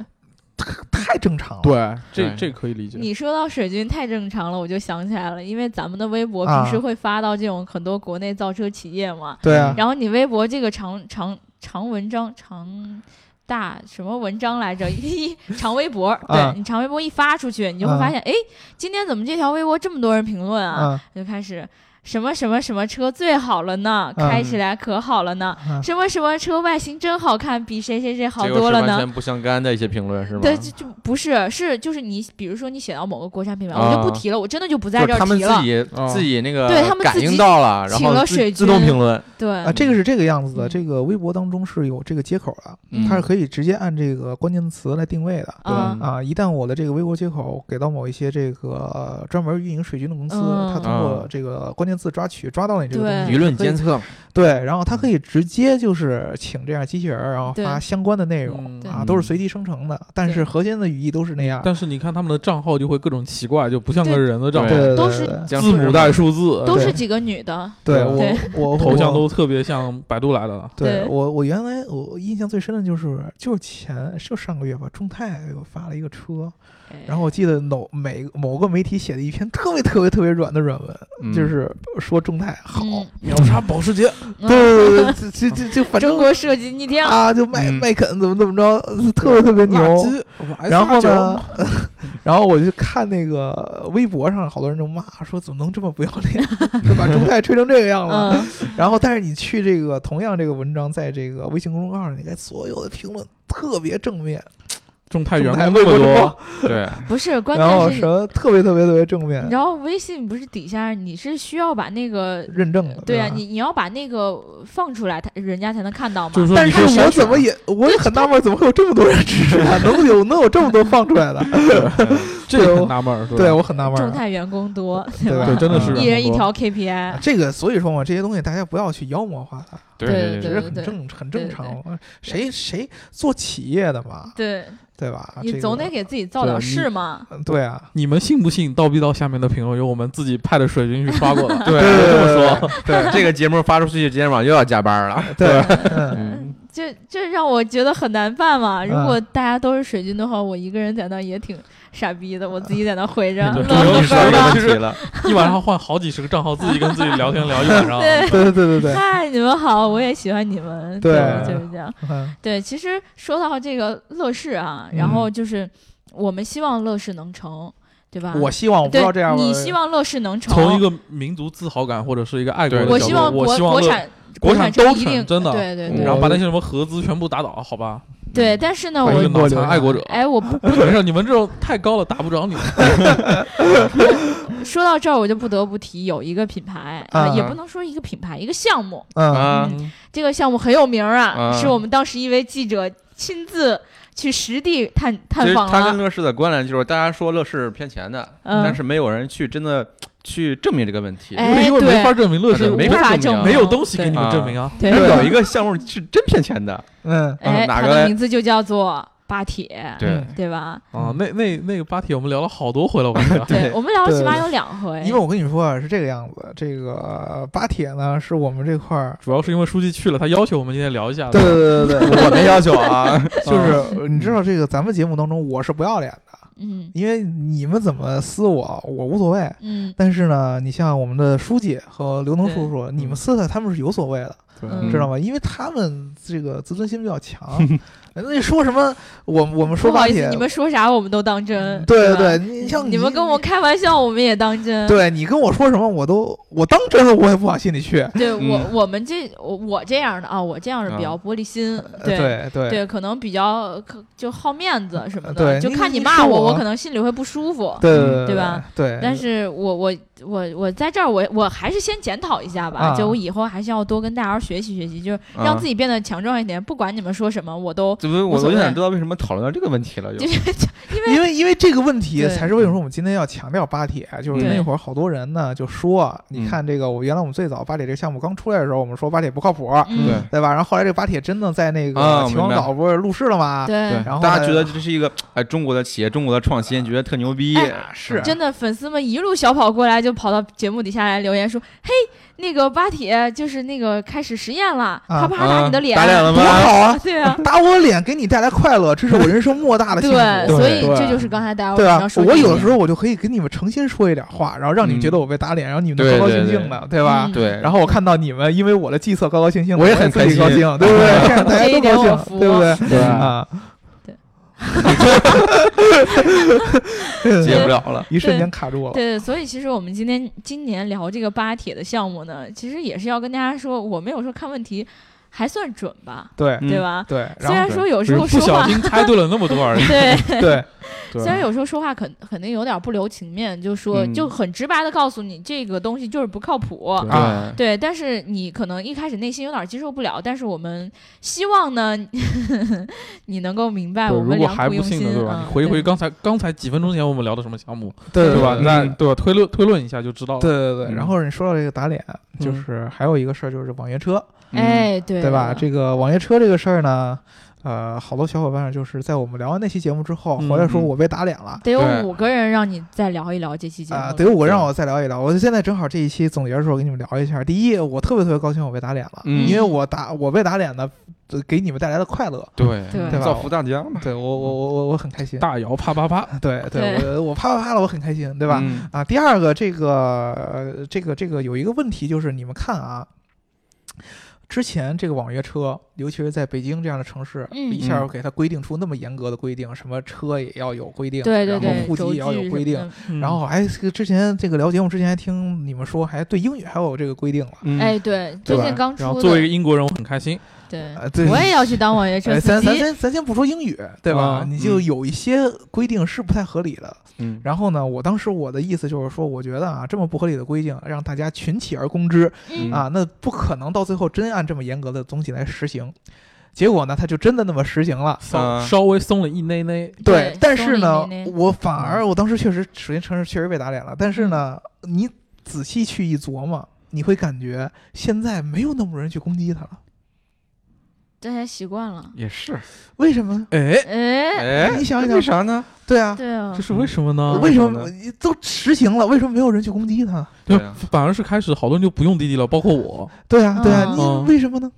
太正常了。
对，这
对
这可以理解。
你说到水军太正常了，我就想起来了，因为咱们的微博平
啊
时会发到这种很多国内造车企业嘛，
对啊，
然后你微博这个长长长文章长大什么文章来着？ <laughs> 一长微博，对、
啊
你长微博一发出去，你就会发现，哎、今天怎么这条微博这么多人评论啊？
嗯
就开始什么什么什么车最好了呢，
嗯
开起来可好了呢，
嗯
什么什么车外形真好看，比谁谁谁好
结果
多
是
了
完
呢。
全不相干的一些评论是吗？
对，就就不是是就是你，比如说你写到某个国产品牌，
啊
我就不提了，我真的就不在
就
这
是
儿
他们
提
自
了。
己
啊
自己那个
对他们
感
自己
应到了，然
请了
后
水
自自动
军
评论，
对、
啊，这个是这个样子的。
嗯
这个微博当中是有这个接口的，
嗯
它是可以直接按这个关键词来定位的。
啊
啊，一旦我的这个微博接口给到某一些这个呃专门运营水军的公司，
嗯
它通过这个关键字抓取抓到你这个
对
东西，
舆论监测嘛，
对，然后它可以直接就是请这样机器人儿，然后
对
发相关的内容
嗯
啊，
对
都是随机生成的，但是
对
核心的语义都是那样。
但是你看他们的账号就会各种奇怪，就不像个
对
人的账
对
号，
对
都
对
是
对
江
字
苏人
母带数字，
都是
对
几个女的，
对
对
我我
头像
我
都特别像百度来的了。
对
对
我，我原来我印象最深的就是就是前就上个月吧，众泰给我发了一个车，
哎
然后我记得某每某个媒体写的一篇特别特别特别软的软文，
嗯
就是说众泰好，
嗯
秒杀保时捷，
嗯
对对对对，这这这反
中
正
国设计逆天了。
啊，就麦
嗯
麦肯怎么怎么着，特别特别牛。然后呢， <laughs> 然后我就看那个微博上，好多人就骂说怎么能这么不要脸，就把众泰吹成这个样了。
嗯，
然后，但是你去这个同样这个文章，在这个微信公众号上，你看所有的评论特别正面，
众哎泰员
还
工
为
那
国
么
争
多
光，
对，
不是关
然后
键
什
是，
么特别特别特别正面
你知，道微信不是底下你是需要把那个
认证了。
对
对
啊，
吧
你你要把那个放出来，他人家才能看到嘛。
就是说啊
但
你
是
可以
我
筛选
怎么也我也很纳闷，怎么会有这么多人支持
<laughs>
他？能有能有这么多放出来的？
这个很纳闷儿，是吧
对我很纳闷
众
儿，啊
泰员工多，
对
吧？
对，真的是啊
嗯
一人一
很多
条 KPI，
这个所以说嘛，这些东西大家不要去妖魔化它，
对
对
其
对对
实很正很
对对
正常。谁谁做企业的嘛，
对
对吧？啊这
你
个
总得给自己造
对
点
你
势嘛。
嗯对啊，
你们信不信？倒逼到下面的评论有我们自己派的水军去刷过 <laughs> 的。
对，
对
就这么
对
说，对这个节目发出去，今天晚上又要加班了。
<laughs> 对，嗯
嗯，
这这让我觉得很难办嘛。如
嗯
果大家都是水军的话，我一个人在那也挺傻逼的，我自己在那回着
对
乐
主要
呵呵
是
的。
吧
问题了，
一晚上换好几十个账号，自己跟自己聊天聊一晚上。
对
<laughs> 对对对对对，
嗨，你们好，我也喜欢你们。
对
就是这样。
嗯
对，其实说到这个乐视啊，
嗯
然后就是我们希望乐视能成，对吧？
我希望我不知
对
道这样，
你希望乐视能成，
从一个民族自豪感或者是一个爱国的
对
角
我
度，
希望国
我希望
国
乐
产
国
产
产
车
都
一定
成真的嗯
对对
我
对
然后把那些什么合资全部打倒，好吧？
对。但是呢，
我一个
我
嗯
脑残爱国者。
哎，我不
<laughs> 没事，你们这种太高了，打
<laughs>
不着你们。
说到这儿，我就不得不提有一个品牌啊、
嗯
也不能说一个品牌，一个项目，
嗯
啊，
嗯这个项目很有名儿啊，
嗯
是我们当时一位记者亲自去实地探
其
探
实
访
他跟
了。
乐视的关联就是，大家说乐视偏钱的，
嗯
但是没有人去真的去证明这个问题。
哎
因为
对
没法证明乐视
对没
无
法
法
证明
明，
啊
没有东西给你们证明啊。
对，
有
对
一个项目是真骗钱的，
嗯，
<laughs> 哎，
嗯哪
它
个
的
嘞
名字就叫做巴铁，
对
嗯
对吧？
啊，那那那个八题我们聊了好多回了，我感 <laughs> 觉。
对，我们聊了
对
起码有两回，
因为我跟你说啊，是这个样子，这个巴铁呢是我们这块儿。
主要是因为书记去了，他要求我们今天聊一
<laughs>
下。
对对对对对，嗯
我没要求啊。
<laughs> 就是你知道这个，咱们节目当中我是不要脸的，
嗯
因为你们怎么撕我，我无所谓。
嗯
但是呢，你像我们的书记和刘能叔叔，你们撕他，他们是有所谓的，
嗯
知道吗？因为他们这个自尊心比较 <laughs> 强，哎那说什么我我们说
不好
巴
意
铁嗯
思，你，们说啥我们都当真，
对
吧
对，你像
你们跟我开玩笑，我们也当真。
对你跟我说什么，我都我当真了，我也不往心里去。 <laughs> 呃
对，我
嗯
我们这我我这样的啊，我这样是比较玻璃心，对
呃对对
可能比较可就好面子什么的，
对
就
你
看
你
骂
说
我，
我
可能心里会不舒服。
对
对吧？
对，
但是我我我我在这儿我我还是先检讨一下吧，
啊
就我以后还是要多跟大家学习学习，就是
啊
让自己变得强壮一点。不管你们说什么，我都
怎么我
无
我
所谓
就想知道为什么讨论到这个问题了？就
就
是
<laughs>
因为因为这个问题
对
才是为什么我们今天要强调巴铁，就是
嗯
那会儿好多人呢就说，你看这个我原来我们最早巴铁这个项目刚出来的时候，我们说巴铁不靠谱，
嗯
对
对吧？然后后来这个巴铁真的在那
啊
个秦皇
明白
岛不是入市了吗？
对
对，
然后
大家
呢
觉得这是一个哎中国的企业，中国的创新，觉得特牛逼，
是
真的粉丝们一路小跑过来，就跑到节目底下来留言说：“嘿，那个巴铁就是那个开始实验了，啪
啊
啪打你的脸，
啊打脸了
多
吗？
好啊！
对啊，
打我脸给你带来快乐，这是我人生莫
<laughs>
大的哦幸
对，
福。
所以
对
这就是刚才大家
对
想
吧
要？说
我有的
的
时候我就可以跟你们诚心说一点话，然后让你们觉得我被打脸，然后你们能
对
高
嗯
高
对
兴
对
兴的，对吧？
嗯
对，
然后我看到你们因为我的计策高高兴兴的，
我也
也
很
自己
开
高
心
兴，对不对？这样大家
这一
都
点
高
我
兴，
服
对不对？
对
啊， <laughs>
接不了了。
一瞬间卡住了。
对，所以其实我们今天今年聊这个巴铁的项目呢，其实也是要跟大家说，我没有说看问题还算准吧，
对
嗯
对吧？
对，
虽
然后
然说有
只
时
是
候
不
说
小
话，
心啊猜对了那么多
<laughs>
而已。
对，
对
虽然有时候说话肯肯定有点不留情面，就说、
嗯
就很直白的告诉你这个东西就是不靠谱。
对
啊
对，但是你可能一开始内心有点接受不了，但是我们希望呢， <laughs> 你能够明白
对
哎我们
如果
良
还
苦
不
用
信
心
的，对吧？
啊
你回一回
对
刚才刚才几分钟前我们聊的什么项目，
对
对吧？
嗯
那对吧？推论推论一下就知道了。
对对对。
嗯
然后你说到这个打脸，就是还有一个事儿，就是网约车，
嗯
哎，对
嗯对
对
吧？这个网约车这个事儿呢，呃，好多小伙伴就是在我们聊完那期节目之后，
嗯
回来说我被打脸了。
得有
对
五个人让你再聊一聊这期节目
啊、
了，
得我让我再聊一聊。我现在正好这一期总结的时候，跟你们聊一下。第一，我特别特别高兴我被打脸了，
嗯
因为我打我被打脸呢，呃给你们带来了快乐，
对
对
对吧
造福大家
嗯
嘛，
对我我我我我很开心。
大姚啪啪啪，
对对，我我啪啪啪了，我很开心，对
对
吧？？
嗯
嗯
啊，第二个这个、呃、这个这个有一个问题就是，你们看啊，之前这个网约车，尤其是在北京这样的城市，
嗯
一下给它规定出那么严格的规定，什么车也要有规定，
对对
然后
对，
户籍
轴
也要
距
有
什
规
么
定，
的，
嗯
然后还这个之前这个聊节目之前还听你们说，还对英语还有这个规定了。
嗯
哎，对，最
对吧
近刚
然后
出
作为一
的，
个英国人，我很开心。
对，
啊，对，
我也要去当网约车
哎
司
咱咱
机。
先咱先不说英语，对吧？
啊
你就有一些规定是不太合理的。
嗯
<laughs> 然后呢，我当时我的意思就是说，我觉得啊，这么不合理的规定，让大家群起而攻之
嗯
啊，那不可能到最后真按这么严格的东西来实行。结果呢，他就真的那么实行了。
稍
啊
稍微松了一内内，
对
但是
松
呢
了一捏，嗯捏
我反而我当时确实，首先承认确实被打脸了。但是呢，
嗯
你仔细去一琢磨，你会感觉现在没有那么多人去攻击他了。
大家习惯了。
也是，
为什么呢？
哎，
哎，
哎，
你想一
为
想，
啥呢？
对啊，
对啊
这，是为什么呢？
为什
为什
么
么
都实行了，为什么没有人去攻击他？
对
对啊
反而是开始好多人就不用滴滴了，包括我，
对啊，对啊，
嗯
你为什么呢？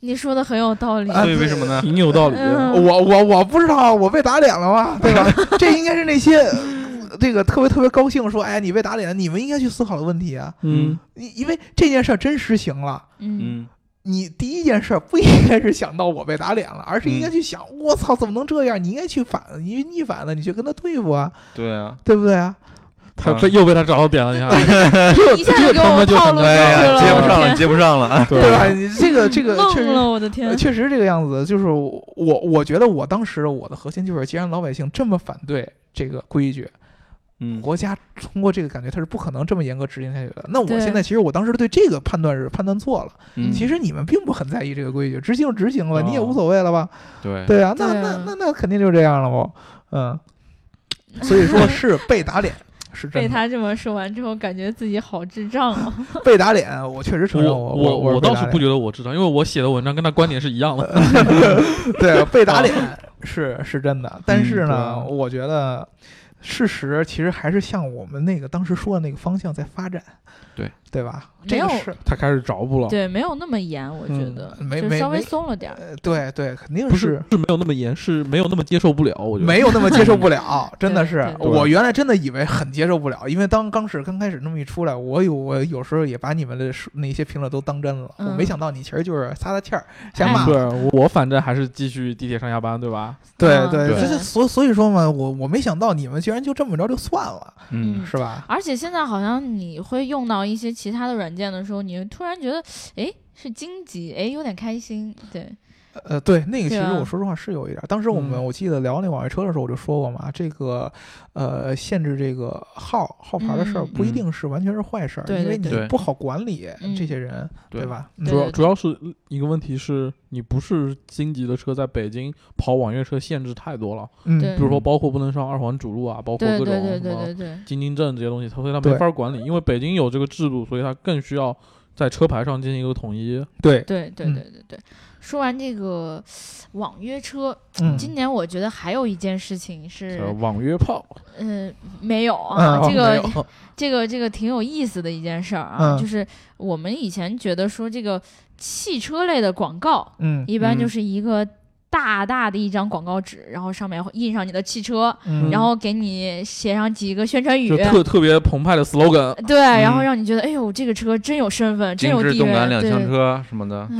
你说的很有道理。
啊
所以为什么呢？ <laughs>
挺有道理的。
嗯，
我我我不知道，我被打脸了吗？
<laughs>
对吧？这应该是那些呃这个特别特别高兴说，哎，你被打脸，你们应该去思考的问题啊。
嗯，
你因为这件事儿真实行了。
嗯，
嗯，
你第一件事儿不应该是想到我被打脸了，而是应该去想，我操，怎么能这样？你应该去反，你逆反了，你去跟他对付啊，
对啊，
对不对啊？
他
啊
这又被他找到点了，你看，
一下就给
这他
我
妈就
套路进去
哎呀
了，
接
我
不
的
上了，
天
接不上
<laughs>
了，
对
啊
吧？你这个呃这个
嗯
确
愣
实
了，我的天
呃。确实这个样子，就是我我觉得我当时我的核心就是，既然老百姓这么反对这个规矩，
嗯，
国家通过这个感觉它是不可能这么严格执行下去的。那我
对
现在其实我当时对这个判断是判断错了，
嗯
其实你们并不很在意这个规矩，执行就执行了，
哦
你也无所谓了吧？
对，
对啊，那
对
那
啊
那那肯定就这样了不？嗯，所以说是被打脸，是
被
真的
他这么说完之后，感觉自己好智障
<laughs>
啊！
被打脸，我确实承认
我
我
我
我
倒是不
觉
觉得我智障，因为我写的文章跟他观点是一样的。 <laughs>
对被打脸
嗯
是是真的，但是呢，
啊
对
我觉得事实其实还是向我们那个当时说的那个方向在发展，
对
对吧？
没
这个
有
是
他开始着不了，
对，没有那么严，我觉得
嗯没
就
没
稍微
没
松了点儿。
呃对对，肯定
不是是没有那么严，是没有那么接受不了。我觉得
没有那么接受
<laughs>
不了，真的
对
是
对对
我原来真的以为很接受不了，因为当刚始刚开始那么一出来，我有我有时候也把你们的说那些评论都当真了，我
嗯
没想到你其实就是撒撒气儿，想
哎
骂
不。是嗯我反正还是继续地铁上下班，对吧？
对
嗯
对，
对
这就所所以说嘛，我我没想到你们居然就这么着就算了，
嗯
是吧？
而且现在好像你会用到一些其他的软件的时候，你突然觉得，哎，是荆棘，哎，有点开心。对，
呃，对，那个其
对
实
啊
我说实话是有一点儿，当时我们
嗯
我记得聊那网约车的时候，我就说过嘛，这个呃限制这个号号牌的事儿
嗯
不一定是完全是坏事儿，
对
因为
对
你
对
不好管理
嗯
这些人，对吧？嗯
对
主要主要是一个问题是你不是荆棘的车，在北京跑网约车限制太多了，
嗯，
对
比如说包括不能上二环主路啊，包括
对
各
对
种
对
什
对
么
对对，
京津证这些东西，它所以它
对
没法管理，因为北京有这个制度，所以它更需要在车牌上进行一个统一。
对，
对对
嗯
对对对。说完这个网约车，
嗯，
今年我觉得还有一件事情是，
叫网约炮，
嗯、没有啊，
嗯
这个、
哦没有
这个这个挺有意思的一件事儿啊，
嗯
就是我们以前觉得说这个汽车类的广告，
嗯
一般就
嗯
是一个大大的一张广告纸，然后上面印上你的汽车，
嗯，
然后给你写上几个宣传语
就。特特别澎湃
<laughs>
的 slogan，
对，然后让你觉得，哎呦，这个车真有身份，真
嗯精
有
致
地
动
位，
感两
对，
厢车什么的，
嗯，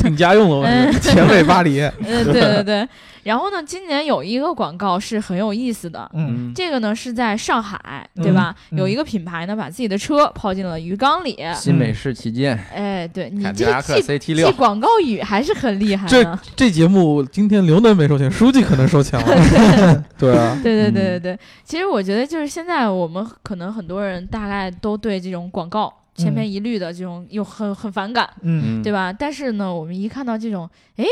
挺家用的。我觉
嗯
得
前卫巴黎，
嗯对对对。然后呢，今年有一个广告是很有意思的，
嗯，
这个呢是在上海，对吧？
嗯嗯
有一个品牌呢，把自己的车泡进了鱼缸里。
新美式旗舰，
哎，对你
凯迪
这
拉
个
克
记
CT
记
六，
广告语还是很厉害的。
这节目今天刘能没收钱，书记可能收钱了。 <laughs> 对啊，
对对对对
嗯
对，其实我觉得就是现在我们可能很多人大概都对这种广告千
嗯
篇一律的这种又很很反感，
嗯，
对吧？但是呢，我们一看到这种，哎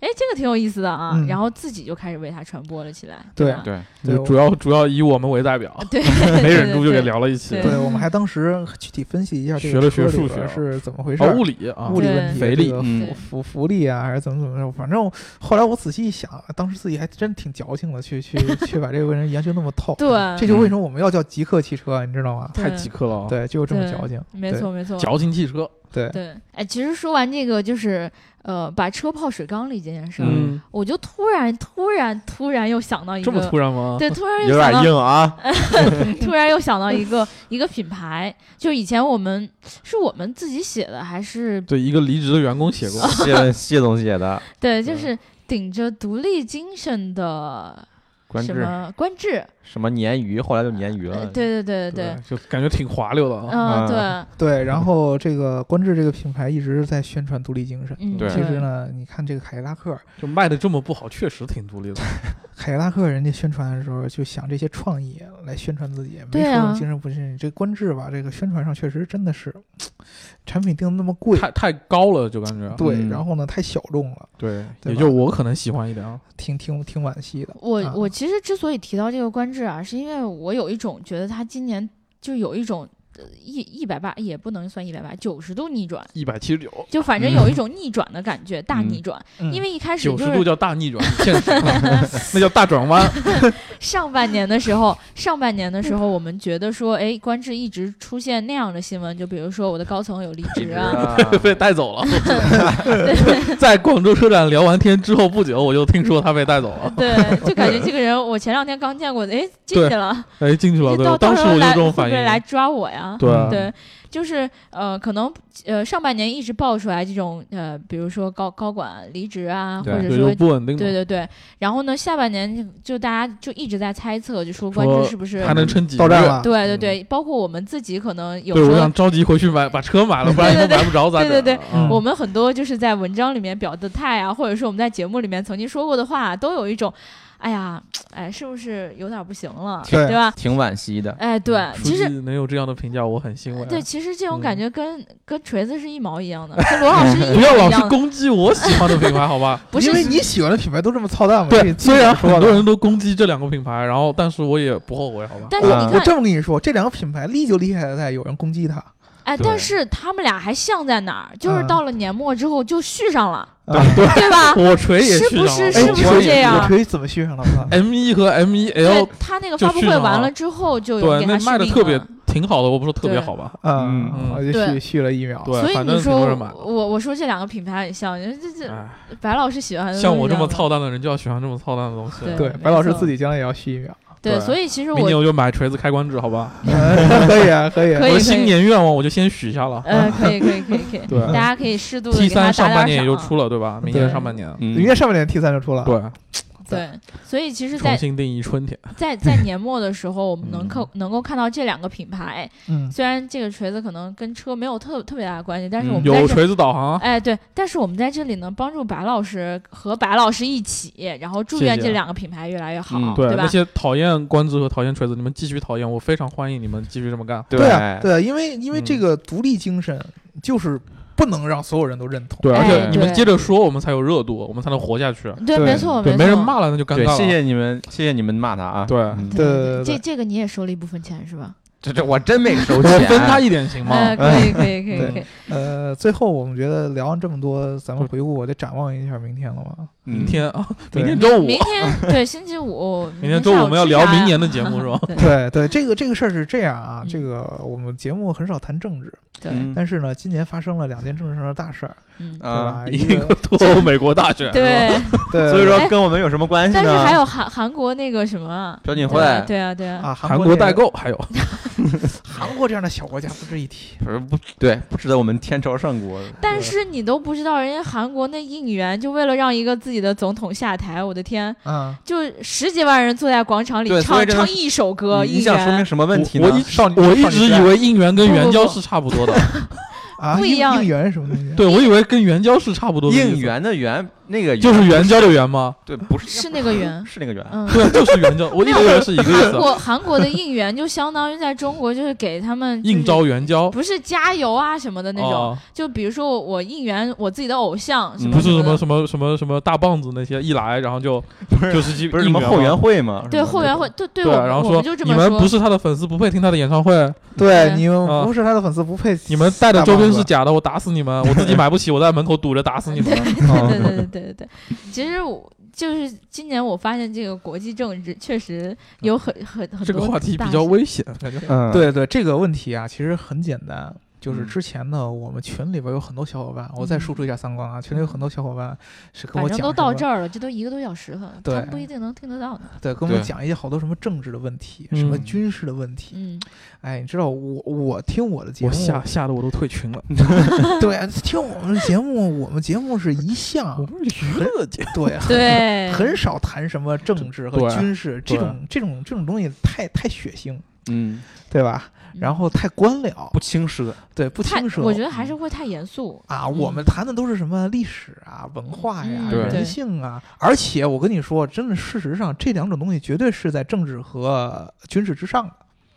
哎，这个挺有意思的啊，
嗯
然后自己就开始为它传播了起来，
对
吧？
对，
对
主要主要以我们为代表， <laughs>
对，
没忍住就给
聊。
聊了一哦起。
对
对，我们还当时具体分析一下这
学
个
了
车
学
里
数
边
学
是怎么回事
哦，
儿，
物理啊，
物理问题、
对
肥
这
力
个
嗯
福福福利啊，还是怎么怎么着？反正后来我仔细一想，当时自己还真挺矫情的，去去去把这个问题研究那么透。
<laughs> 对
这就为什
嗯
么我们要叫极客汽车，啊你知道吗？
对
太极客了啊，
对，就这么
对
矫情。
没
对
错没错，
矫情汽车。
对，
对，哎，其实说完这个就是呃，把车泡水缸里这件事儿，
嗯，
我就突然突然突然又想到嗯一个，
这么突然吗？
对，突然又
有
想到
点硬啊，
突然又想到一个一个品牌，就以前我们是我们自己写的，还是
对，一个离职的员
<laughs>
工写过，
谢谢总写的，
嗯
对，就是顶着独立精神的
官
什
至
么官制，
什么鲶鱼，后来就鲶鱼
呃
了。
对对对对对，，
就感觉挺滑溜的啊。
嗯，
啊
对，
对，然后这个观致这个品牌一直在宣传独立精神。
嗯，
对
其实呢，你看这个凯迪拉克，
就卖的这么不好，确实挺独立的。
凯迪拉克人家宣传的时候就想这些创意来宣传自己，没
对
说
啊
用精神不信。这观致吧，这个宣传上确实真的是，产品定的那么贵，
太太高了，就感觉
对，
嗯
然后呢太小众了，
对，
对吧
也就我可能喜欢一点啊。
挺挺挺惋惜的。
我、
啊
我其实之所以提到这个官制啊，是因为我有一种觉得他今年就有一种呃一一百八也不能算一百八，九十度逆转，
一百七十九，
就反正有一种逆转的感觉，大逆转。
嗯
因为一开始
嗯九
就
十度
是
叫大逆转，现实 <laughs> 那叫大转弯。
上半年的时
<laughs>
候，上半年的时候我们觉得说，哎，官制一直出现那样的新闻，就比如说我的高层有离职啊，
被带走
<laughs>
了。 <laughs> 在广州车站聊完天之后不久，我就听说他被带走了。
对，就感觉这个人我前两天刚见过，哎，进去了，
<laughs> 哎，进去了，
就
对
到，到
当
时
时
候
我就
来
这
会
种
不
反
会来嗯
应。
抓我呀？
对
对，就是呃，可能呃上半年一直爆出来这种呃，比如说高高管离职啊，或
对
者
对，
说
就。不稳定
对
嘛，
对对，然后呢，下半年就就大家就一直在猜测，就说
说
关之是不是
还能撑几
到
个
站
月？
了，
对对对，包括我们自己可能有
对，
时
我
候
想，着急回去买把车买了，不然以后
对对对
买不着咋整？
对对对
嗯
我们很多就是在文章里面表的态啊，或者说我们在节目里面曾经说过的话，都有一种，哎呀，哎，是不是有点不行了，
对
对吧？
<laughs> 挺惋惜的。
哎，对，
书
其实
记嗯能有这样的评价，我很欣慰。
对，其实这种
嗯
感觉跟、跟锤子是一毛一
<laughs>
样的，跟罗老师一
不要
模一
老是
样的，
攻击我喜欢的
<laughs>
品牌，好吧？
不
因
是
为你喜欢的品牌都这么操蛋嘛。这
对，
个
虽然
这个
很
说
多
了
人都攻击这两个品牌，然后但是我也不后悔，好吧？
但是你
啊
我
看，
这么跟你说，这两个品牌厉就厉害在有人攻击它，
哎，
对
但是他们俩还像在哪儿？就是
嗯
到了年末之后就续上了，
啊
对，
对吧？
我锤也
是
去
不
上
是
了
哎
是不是这
我
样？
锤怎么续上了？我操
M 一和 M 一
对
L，
他那个
就
发布
续
会
上
完
了
了之后就有
对，
人给
那
他
卖的
续
特
命
别
了
挺好的，我不说特别
对
好吧？
嗯
嗯
我就
对
续续了一秒。
对
所以
反
你
正
说
挺多人买的
我我说这两个品牌很像，这这这
哎，
白老师喜欢的都
像
是
我这么
样的
操蛋的人，就要喜欢这么操蛋的东西。
对
对，白老师自己将来也要续
<laughs>
一秒，
对，
对
所以其实
明
我
年我就买锤子开关制，好吧？
可以啊，可以啊。
可以可
我的
以
新年愿望我就先许下了。
呃可以可以可以可
<laughs>
以，
对
大家可以适度的给
T
他
三
打
上
打
半
赏啊
年也就出了，对吧？明年上半年，
嗯
人家上半年 T 三就出了，
对，
对，所以其实，
重嗯
在
新定义春天。 <laughs>
在在年末的时候，我们能够能够看到这两个品牌，
嗯，
虽然这个锤子可能跟车没有特特别大的关系，但是
嗯
我们在
有
这。
锤子啊导航，
哎，对，但是我们在这里呢，帮助白老师和白老师一起，然后祝
谢啊
愿
谢
这两个品牌越来越好，
嗯
对那
吧？
些讨厌官制和讨厌锤子，你们继续讨厌，我非常欢迎你们继续这么干。
对啊，对啊，因为因为
嗯
这个独立精神就是不能让所有人都认同。
对，而
哎
且你
对
们接着说，我们才有热度，我们才能活下去。
对，
对
没错，
对，
错。
没人骂了那就尴
对，
尬了。
谢谢你们，谢谢你们骂他啊。
对
嗯
对。
对
这
对对
这个你也收了一部分钱是吧？
这这我真没收
我
钱，
分他一点行吗？
哎，可以，可以，可以，
对
可以。
呃，最后我们觉得聊完这么多，咱们回顾，我得展望一下明天了
<laughs>
嘛。
明
明天啊，
对
明天周五，
明天对星期
<laughs>
五，
明天周五
下午
我们要
吃
聊
啥
明
呀
年的节
<laughs>？
目是吧 <laughs>
对
对对，这个这个事儿是这样啊，
嗯
这个我们节目很少谈政治，
嗯
嗯
对，
但是呢，今年发生了两件政治上的大事儿，
嗯，
对
啊，
吧？
一
个
个脱欧美国大 <laughs> 选，
对。
对，
所以
哎
说跟我们有什么关系
但
呢？
是还有韩韩国那个什么啊
朴槿
对啊
惠，
对啊，对啊，
啊，
韩
国
国
这个
代，购还有，
韩国这样的小国家不值一提。
<laughs>
不是不对，不值得我们天朝上国。
但是你都不知道，人家韩国那应援就为了让一个自己的总统下台，我的天，
嗯，
就十几万人坐在广场里
对所
唱
以这个
唱一首歌
你
应
想说
援
明，什么问题呢？
我一
少女
我一
少女
直
时代
以为应援跟
不不
援
不
交是差不多的，
啊，
不一
应
样
应援是什么东西？
<laughs> 对我以为跟援交是差不多的意思，
应援的援，那个
就是
援
援交的援 <laughs> 吗？
对，不是
是那个
<laughs>
圆，
是那个援。
<laughs>
嗯。
对，啊就是援交，我一直以为是一个意
韩
思，啊
国韩国的应援就相当于在中国就是给他们就是
应招援交。
不是加油啊什么的那种，
哦
就比如说我我应援我自己的偶像，什
嗯
不
么
是什
么
么
的
什么什么什么大棒子那些一来，然后就
不是
就是去
不是什
应
么
援
后
嘛
援会吗？
对
什么
后援
的
会，对对
对，啊
我们
然后
我
说
们就这
你
么
们
说，
不是他的粉丝，不配听他的演唱会，
对
对，
你们
啊
不是他的粉丝不配。
你们带的周
<laughs>
边是
大
假的，我打死你们，我自己买不起，我在门口堵着打死你们。
<laughs> 对对对对对对，其实我就是今年我发现这个国际政治确实有很很很
这个
多
话题
大
比较
事
危险，感觉
嗯
棒子。对对，这个问题啊，其实很简单。就是
嗯
之前呢，我们群里边有很多小伙伴，我再
嗯
输出一下三观啊，群里有很多小伙伴是跟
反
我
正
讲
都
什
到
么
这儿了，这都一个多小时了，他
对
们不一定能听得到呢。
对，跟我们
对
讲一些好多什么政治的问题，什么
嗯
军事的问题。
嗯，
哎，你知道我我听我的节
我
目，嗯
吓吓得我都退群了。
对，听我们的节目，我们节目是一向
们是娱乐节
<laughs>
对
对，
很少谈什么政治和
对
军事这
对
种这种这种东西太太血腥，
嗯，
对吧？
嗯
然后太官僚，
不轻奢，
对不
太
轻，
我
奢
觉。得还是
嗯
会太严肃。
啊，我们谈的都是什么历史啊、文化呀、
嗯
对
人性啊，而且我跟你说，真的，事实上这两种东西绝对是在政治和呃军事之上的。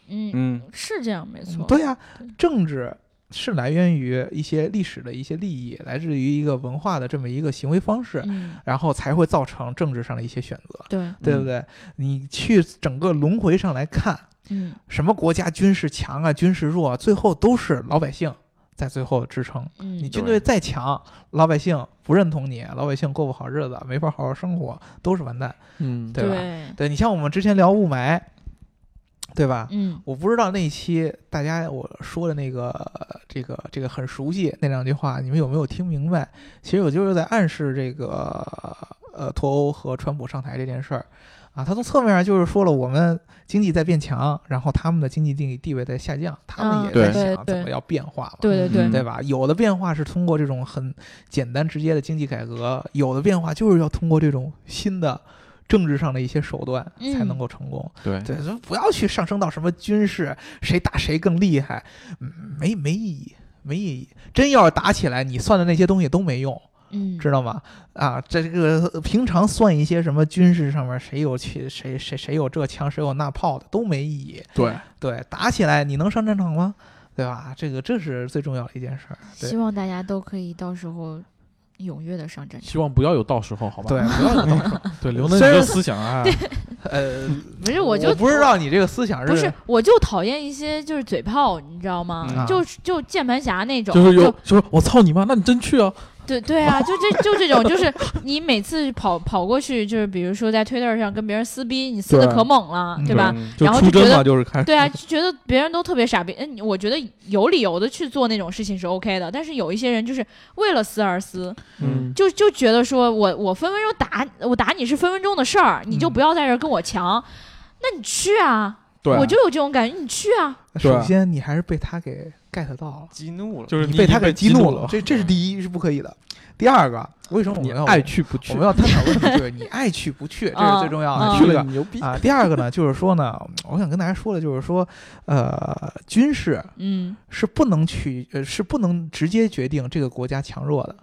嗯，
嗯，
是这样，没错。
对呀、
对
政治是来源于一些历史的一些利益，来自于一个文化的这么一个行为方式，
嗯，
然后才会造成政治上的一些选择，
对，
对啊
嗯
不对？你去整个轮回上来看，
嗯
什么国家军事强啊，军事弱啊，最后都是老百姓在最后支撑。
嗯，
你军队
对
再强，老百姓不认同你，老百姓过不好日子，没法好好生活，都是完蛋。
嗯，
对吧
对，
对你像我们之前聊雾霾，对吧？
嗯
我不知道那一期大家我说的那个呃这个这个很熟悉那两句话，你们有没有听明白？其实我就是在暗示这个呃脱欧和川普上台这件事儿啊。他从侧面就是说了我们经济在变强，然后他们的经济地地位在下降，他们
嗯
也在
对对
想怎么要变化嘛。
对对对
嗯
对吧？有的变化是通过这种很简单直接的经济改革，有的变化就是要通过这种新的政治上的一些手段
嗯
才能够成功。
对
对，就不要去上升到什么军事谁打谁更厉害，嗯没没意义，没意义。真要是打起来，你算的那些东西都没用，
嗯，
知道吗？啊，这个平常算一些什么军事上面谁有去谁谁谁有这枪谁有那炮的都没意义。
对，
对，打起来你能上战场吗？对吧？这个这是最重要的一件事儿。对
希望大家都可以到时候踊跃的上战场。
希望不要有到时候，好吧？
对，不要有道理。
对，刘能你
虽然
这思想啊，
<laughs>
<laughs>
呃，
不是，我就
不知道你这个思想
不是，我就讨厌一些就是嘴炮，你知道吗？
嗯
就就键盘侠那种，
啊就是有，就是我操你妈，那你真去啊？
对对啊，就这就这种，就是你每次跑跑过去，就是比如说在 Twitter 上跟别人撕逼，你撕的
对
可猛了，
嗯
对吧？
就
然后
出
就觉
征
得
嘛，就是开始。
对啊，就觉得别人都特别傻逼。嗯，我觉得有理由的去做那种事情是 OK 的，但是有一些人就是为了撕而撕，
嗯，
就就觉得说我我分分钟打我打你是分分钟的事儿，你就
嗯
不要在这儿跟我强。那你去啊，
对
我就有这种感觉，你去啊。
对
首先你还是被他给 get 到了，
激怒了，
就是
你
你
被
已经
他给
激
激怒
了，嗯
这这是第一是不可以的。第二个，为什么我
你
们要
爱去不去
我？们要探讨问题就是你爱去不去，这是最重要的。
啊
第
去
一
了
个
你牛逼！
啊，第二个呢，就是说呢，我想跟大家说的就是说，呃，军事
嗯，
是不能去，呃，是不能直接决定这个国家强弱的。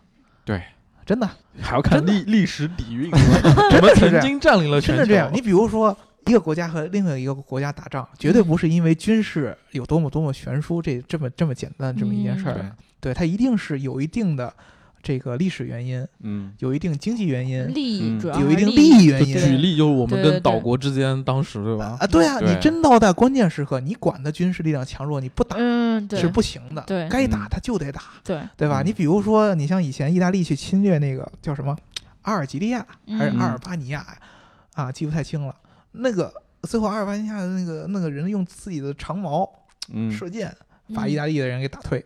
对，
真的
还要看
真的
历历史底蕴，我
是这
们曾
样
经占领了全
真的
球。
这样。你比如说，一个国家和另外一个国家打仗，绝对不是因为军事有多么多么悬殊，这这么这么简单这么一件事儿。
嗯
对，它一定是有一定的这个历史原因，
嗯，
有一定经济原因，
利益
嗯
主要
有一
还是利
定利益原
就
因。
举例，就是我
对
们
对
跟岛
对
国之间当时对吧？
啊，对啊，你
对
真到在关键时刻，你管他军事力量强弱，你不打
嗯，对，
是不行的，
对
该打
嗯
他就得打，
对，
对吧？
嗯
你比如说，你像以前意大利去侵略那个叫什么阿尔及利亚
嗯
还是阿
嗯
尔巴尼亚呀，啊，记不太清了。那个最后阿尔巴尼亚的那个那个人用自己的长矛
嗯，
射箭
嗯
把意大利的人给打退，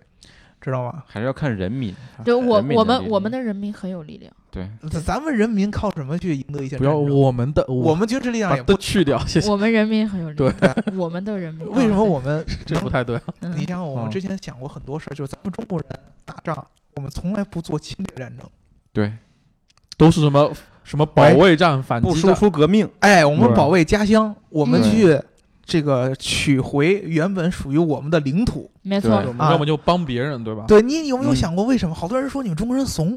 知道吗？
还是要看人民。
嗯对
哎
我
人民
我
的
们
力
我
量
们的人民很有力量，
对，
对
咱们人民靠什么去赢得一些
不要
战争
我们的，
我
我
们军事力量
把
也不
的
<laughs>
去掉，谢谢。
我们人民很有力
对
量，我们的人民
为什么我们
<laughs> 这不太对，
<laughs>
嗯
你像我们
嗯
之前想过很多事儿，就是咱们中国人打仗，我们从来不做侵略战争。
对，
都是什么什么保卫战、反
不
击
输
战，
出革命，
哎，我们
对
保卫家乡，我们
嗯
去这个取回原本属于我们的领土。
没错
对，
啊
要么就帮别人，对吧？
对你有没有
嗯
想过为什么？好多人说你们中国人怂，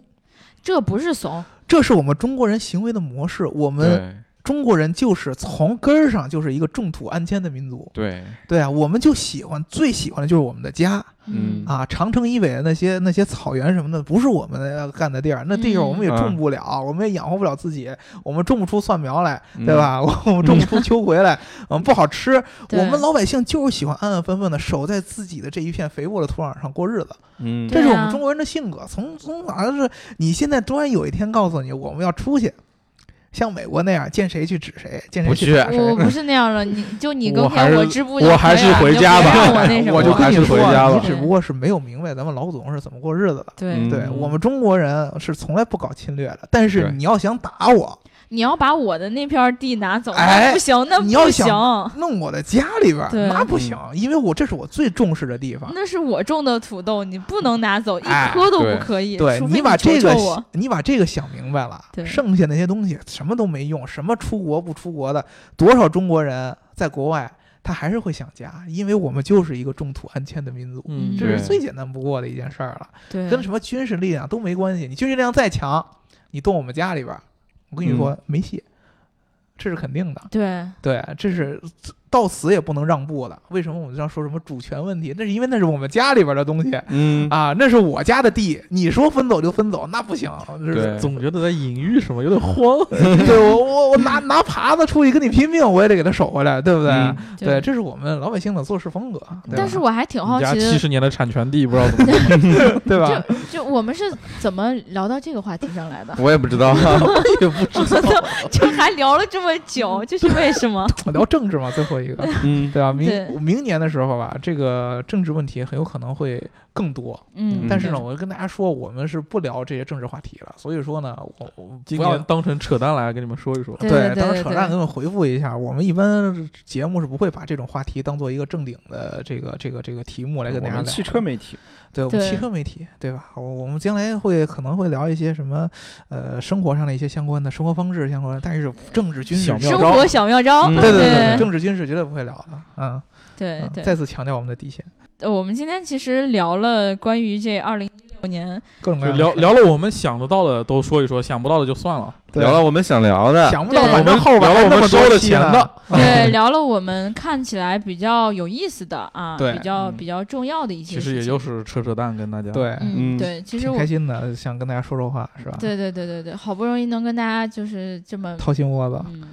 这不是怂，
这是我们中国人行为的模式。我们
对，
中国人就是从根儿上就是一个重土安迁的民族。
对，
对啊，我们就喜欢最喜欢的就是我们的家
嗯
嗯
啊，长城以北的那些那些草原什么的，不是我们要干的地儿，那地儿我们也
嗯
种不了，我们也养活不了自己，我们种不出蒜苗来，
嗯
对？吧？ <laughs> 我们种不出秋
<laughs>
葵来，嗯，不好吃。
对
我们老百姓就是喜欢安安分分的守在自己的这一片肥沃的土壤上过日子，
嗯
对
这是我们
啊
中国人的性格。从从哪是你现在突然有一天告诉你我们要出去，像美国那样见谁去指谁，见谁
不
去
去
打谁
我。不是啊那样的，你就你
我
跟
还
片
是
我织布就
我还
可以了啊
是回
你就
家
别
吧
让
<laughs>
我那什么
我就
了
跟你
还是
说
回家
啊，
吧
你只不过是没有明白咱们老祖宗是怎么过日子的。
对，
对
嗯
我们中国人是从来不搞侵略的，但是
对
你要想打我，
你要把我的那片地拿走，
哎
那不行，那
你要
不行，
弄我的家里边儿，
对
那不行，因为我这是我最重视的地方。
那是我种的土豆，你不能拿走，一
哎
颗都
对
不可以。
对
除非你
把这
求
个
求我
<laughs> 想，你把这个想明白了
对，
剩下那些东西什么都没用，什么出国不出国的，多少中国人在国外他还是会想家，因为我们就是一个重土安迁的民族，
嗯
嗯，
这是
对
最简单不过的一件事儿了，
对，
跟什么军事力量都没关系。你军事力量再强，你动我们家里边儿，我跟你说、没戏，这是肯定的。
对
对，这是到死也不能让步的。为什么我们要说什么主权问题？那是因为那是我们家里边的东西
嗯，
啊，那是我家的地，你说分走就分走，那不行。就是
对
总觉得在隐喻什么，有点慌。
<laughs> 对我我我拿拿耙子出去跟你拼命，我也得给他守回来，对不对？
嗯？
对，这是我们老百姓的做事风格，啊对
但
吧
是我还挺好
你家
奇
七
的，
十年的产权地不知道怎
<laughs>
么，
对吧？
就就我们是怎么聊到这个话题上来
<laughs>
的 <laughs>
我也不知道，
也不知道
就还聊了这么久，这是为什
<laughs>
么？
聊政治嘛，最后一
<laughs>
个，
<laughs> 嗯，
对吧？明
对
明年的时候吧，这个政治问题很有可能会更多。
嗯，
但是呢，
对，
我就跟大家说，我们是不聊这些政治话题了。所以说呢，我我
今
不要
年当成扯淡来跟你们说一说。
对对对
当
对
扯
对
淡给我们回复一下。我们一般节目是不会把这种话题当做一个正经的这个这个这个题目来跟大家聊。
媒体，
对我们
对
汽车媒体对吧？我我们将来会可能会聊一些什么呃生活上的一些相关的生活方式相关的，但是政治军事
小妙
生
招
活小妙招，
嗯
对对
对
政治军事绝对不会聊的。嗯，
对
嗯
对
再次强调我们的底线，
呃我们今天其实聊了关于这二零一六
<laughs>
年，
各种各样的
就聊
事
聊了我们想得到的都说一说，想不到的就算了。
对
聊了我们想聊的，
想不到，
对
反正后边
聊了
还
我
那
们
么
收
多
了
期
钱
呢
的，
对，聊了我们看起来比较有意思的啊，
对
比较
嗯
比较重要的一些
其
事情，
实也就是扯扯淡跟大家。，
对，
嗯，
嗯
对，其实
挺
我
开心啊的，想跟大家说说话是吧？，
对对对对对，好不容易能跟大家就是这么，
掏心窝子。
嗯，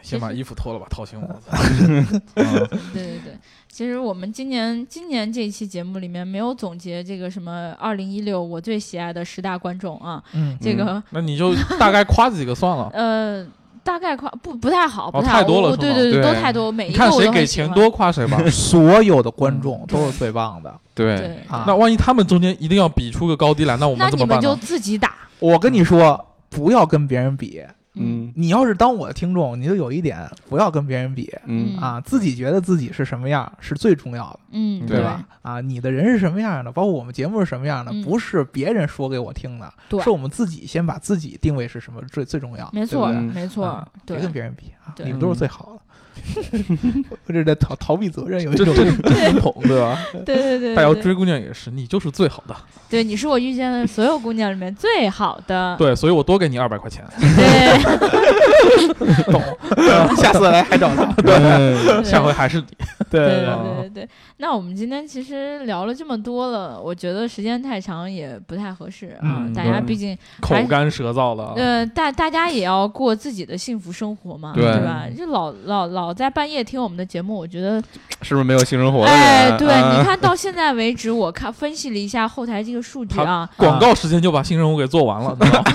先把
其实
衣服脱了吧，掏心窝子。 <laughs> 嗯
对对对，其实我们今年今年这一期节目里面没有总结这个什么二零一六我最喜爱的十大观众啊，
嗯，
这个、
那你就大概夸几
<laughs>
个算了。
呃大概夸不不太好，不
哦
太好，
太多了
我
是
对
吗
对
对
都太多，每一
你
个我
看
都
谁
很
给
喜
钱
欢，
多
<laughs>
夸谁吧。
所有的观
嗯
众都是最棒的
对，
对，
啊！
那万一他们中间一定要比出个高低来，那哎我
那
们怎
你
么
们
办
就
呢？
自己打，
我跟你说，不要跟别人比。
嗯，
你要是当我的听众，你就有一点，不要跟别人比
嗯
啊，自己觉得自己是什么样是最重要的，
嗯，
对
对吧？？啊，你的人是什么样的，包括我们节目是什么样的
嗯，
不是别人说给我听的，
对
是我们自己先把自己定位是什么最最重要。
没错，
对
没错
啊，别
对
跟别人比啊，
对嗯
你们都是最好的。 <laughs> 我这是在逃逃避责任，有
<laughs>
一
这
种
这这真捧对吧？
对对对
大姚
对啊对，
追姑娘也是，你就是最好的。
对你是我遇见的所有姑娘里面最好的，
对，所以我多给你二百
<laughs>
块钱，
对，
懂，
<laughs>
下次来还找他。
<laughs>
对，
对
下回啊还是你。嗯
对
对
吧
对对对，那我们今天其实聊了这么多了，我觉得时间太长也不太合适啊。
嗯
大家
对
毕竟，
口干舌燥了。
呃，大大家也要过自己的幸福生活嘛，
对
吧？就老老老在半夜听我们的节目，我觉得，
是不是没有性生活的人？
哎，对，
啊
你，看到现在为止，我看分析了一下后台这个数据啊，
广告时间就把新人物给做完了，你知道吗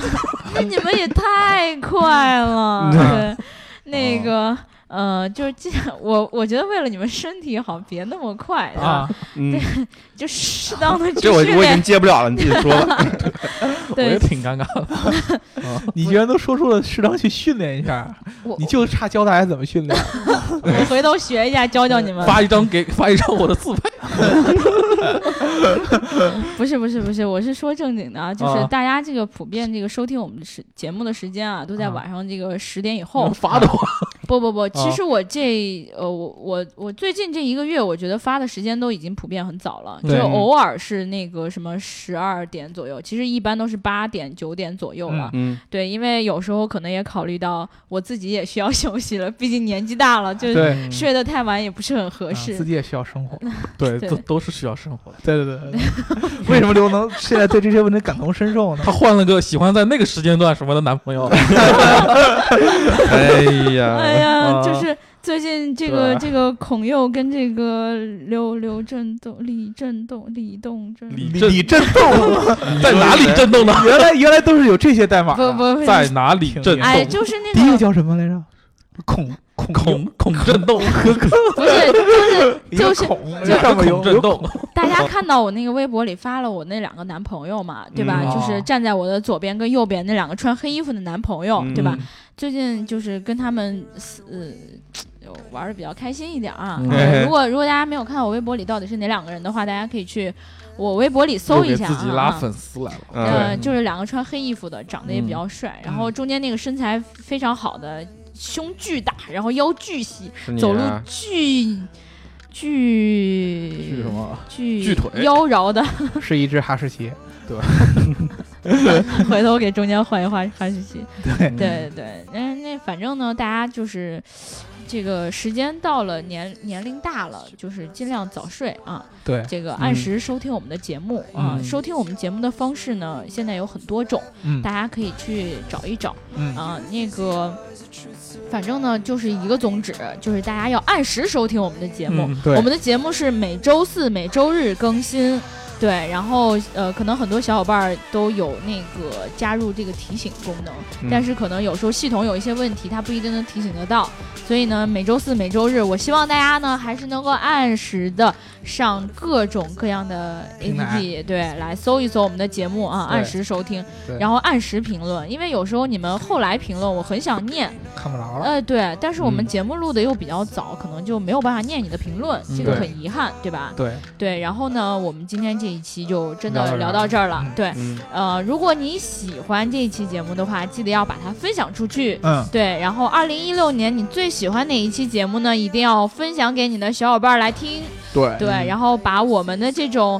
那哎你们也太快了，对，那个。呃，就是这样，我我觉得为了你们身体好，别那么快
<laughs> 啊，，
嗯，
就适当的去
<laughs> 这我
训
我已经
练。
接不了了，你自己说吧。
我
对
也，挺尴尬
<laughs>
的。
你居然都说出了适当去训练一下，
<laughs> 我
你就差教大家怎么训练。
我回头学一下，教教你们。
发一张给 <laughs> 发一张我的自拍，
<laughs> 不是不是不是，我是说正经的啊，就是
啊
大家这个普遍这个收听我们的时节目的时间啊，都在
啊
晚上这个十点以后。 <laughs>
发的我。
不不不，其实我这呃我我我最近这一个月，我觉得发的时间都已经普遍很早了，就
对
偶尔是那个什么十二点左右，其实一般都是八点九点左右了。
嗯，
对，因为有时候可能也考虑到我自己也需要休息了，毕竟年纪大了，就是
对，
睡得太晚也不是很合
啊
适。
自己也需要生活。
<laughs> 对，
对
都都是需要生活的。
对对
<laughs>
对对对，为什么刘能现在对这些问题感同身受呢
她？换了个喜欢在那个时间段什么的男朋友，
哎呀，
哎呀，
啊
就是最近这个
对
这个孔佑跟这个刘刘振东、李振东、李栋振，
李
李
振
李振
<laughs>
动，
<laughs> 在哪里震动的？
原来原来都是有这些代码
不
的。
不不，
在哪里震动？
哎，就是
第一
那
个
个
叫什么来着？孔孔
孔孔震动，
不是，就是
一
就
个
是
孔
<laughs> 就
上面有
<laughs> 孔震动，
大家看到我那个微博里发了我那两个男朋友嘛，对吧？
嗯
就是站在我的左边跟右边那两个穿黑衣服的男朋友，对吧？
嗯？
最近就是跟他们呃玩的比较开心一点啊。
嗯
呃如果如果大家没有看到我微博里到底是哪两个人的话，大家可以去我微博里搜一下啊。
又给自己拉粉丝来了。
嗯
呃，
对嗯
就是两个穿黑衣服的，长得也比较帅，然后中间那个身材非常好的，胸巨大，然后腰巨细，
是你
走路
啊
巨巨
去什么？
巨
巨腿
妖娆
<laughs>
的，
是一只哈士奇，
回头给中间换一换哈士奇。
对
对对，那那反正呢，大家就是这个时间到了，年年龄大了，就是尽量早睡啊。
对，
这个按时收听我们的节目、啊。
嗯
收听我们节目的方式呢，现在有很多种，
嗯
大家可以去找一找
嗯，
啊。那个，反正呢，就是一个宗旨，就是大家要按时收听我们的节目。
嗯
对
我们的节目是每周四、每周日更新。对，然后呃，可能很多小伙伴儿都有那个加入这个提醒功能，
嗯
但是可能有时候系统有一些问题，它不一定能提醒得到。所以呢，每周四、每周日，我希望大家呢还是能够按时的上各种各样的
平台
APP，对，来搜一搜我们的节目啊，
对
按时收听
对，
然后按时评论，因为有时候你们后来评论，我很想念，
看不着了。
呃，对，但是我们
嗯
节目录的又比较早，可能就没有办法念你的评论，这个
对
很遗憾，嗯对吧？
对，
对，然后呢，我们今天这一期就真
聊到
的
这儿
聊到这儿了
嗯。
对，
嗯，
呃，如果你喜欢这一期节目的话，记得要把它分享出去。
嗯，
对，然后二零一六年你最喜欢哪一期节目呢？一定要分享给你的小伙伴儿来听。
对
对，然后把我们的这种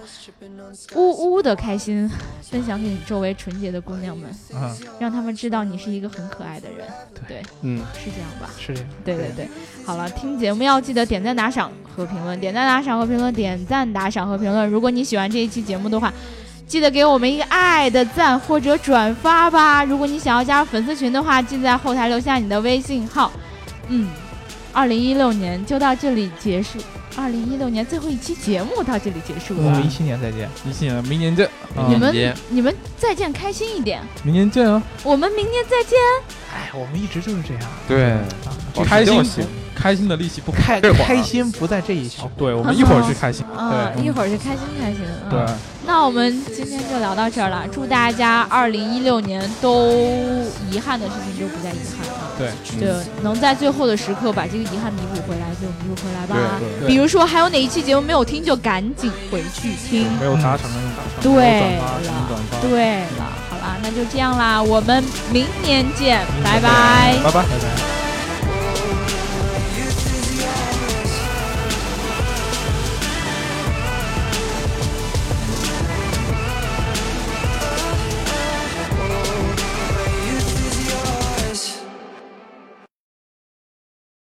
呜呜的开心分享给你周围纯洁的姑娘们，
嗯，
让她们知道你是一个很可爱的人。对，
嗯，
是这样吧？
是这样。
对对对，好了，听节目要记得点赞、打赏和评论，点赞、打赏和评论，点赞、打赏和评论。如果你喜欢这一期节目的话，记得给我们一个爱的赞或者转发吧。如果你想要加入粉丝群的话，记得在后台留下你的微信号。嗯，二零一六年就到这里结束，二零一六年最后一期节目到这里结束
我
了
们嗯一。七年再见。
一七年，明年见，啊
你
明年
们
见
你们再见，开心一点。
明年见啊！
我们明年再见。
哎，我们一直就是这样。
对
啊，这
开心
掉
不
线，
开心的力气不
嗯
可。
开
这会儿啊
开心不在这一小会
对，我们一会儿去开心。
啊，
对
一会儿就开心开心。啊
对，
那我们今天就聊到这儿了，祝大家二零一六年都遗憾的事情就不再遗憾了。
对
嗯
对，能在最后的时刻把这个遗憾弥补回来就弥补回来吧。
对
比如说还有哪一期节目没有听，就赶紧回去听。
没有打赏的用打赏，
对
没有转发用转发。
对了，好啦，那就这样啦，我们明年见，拜
拜
拜
拜拜拜。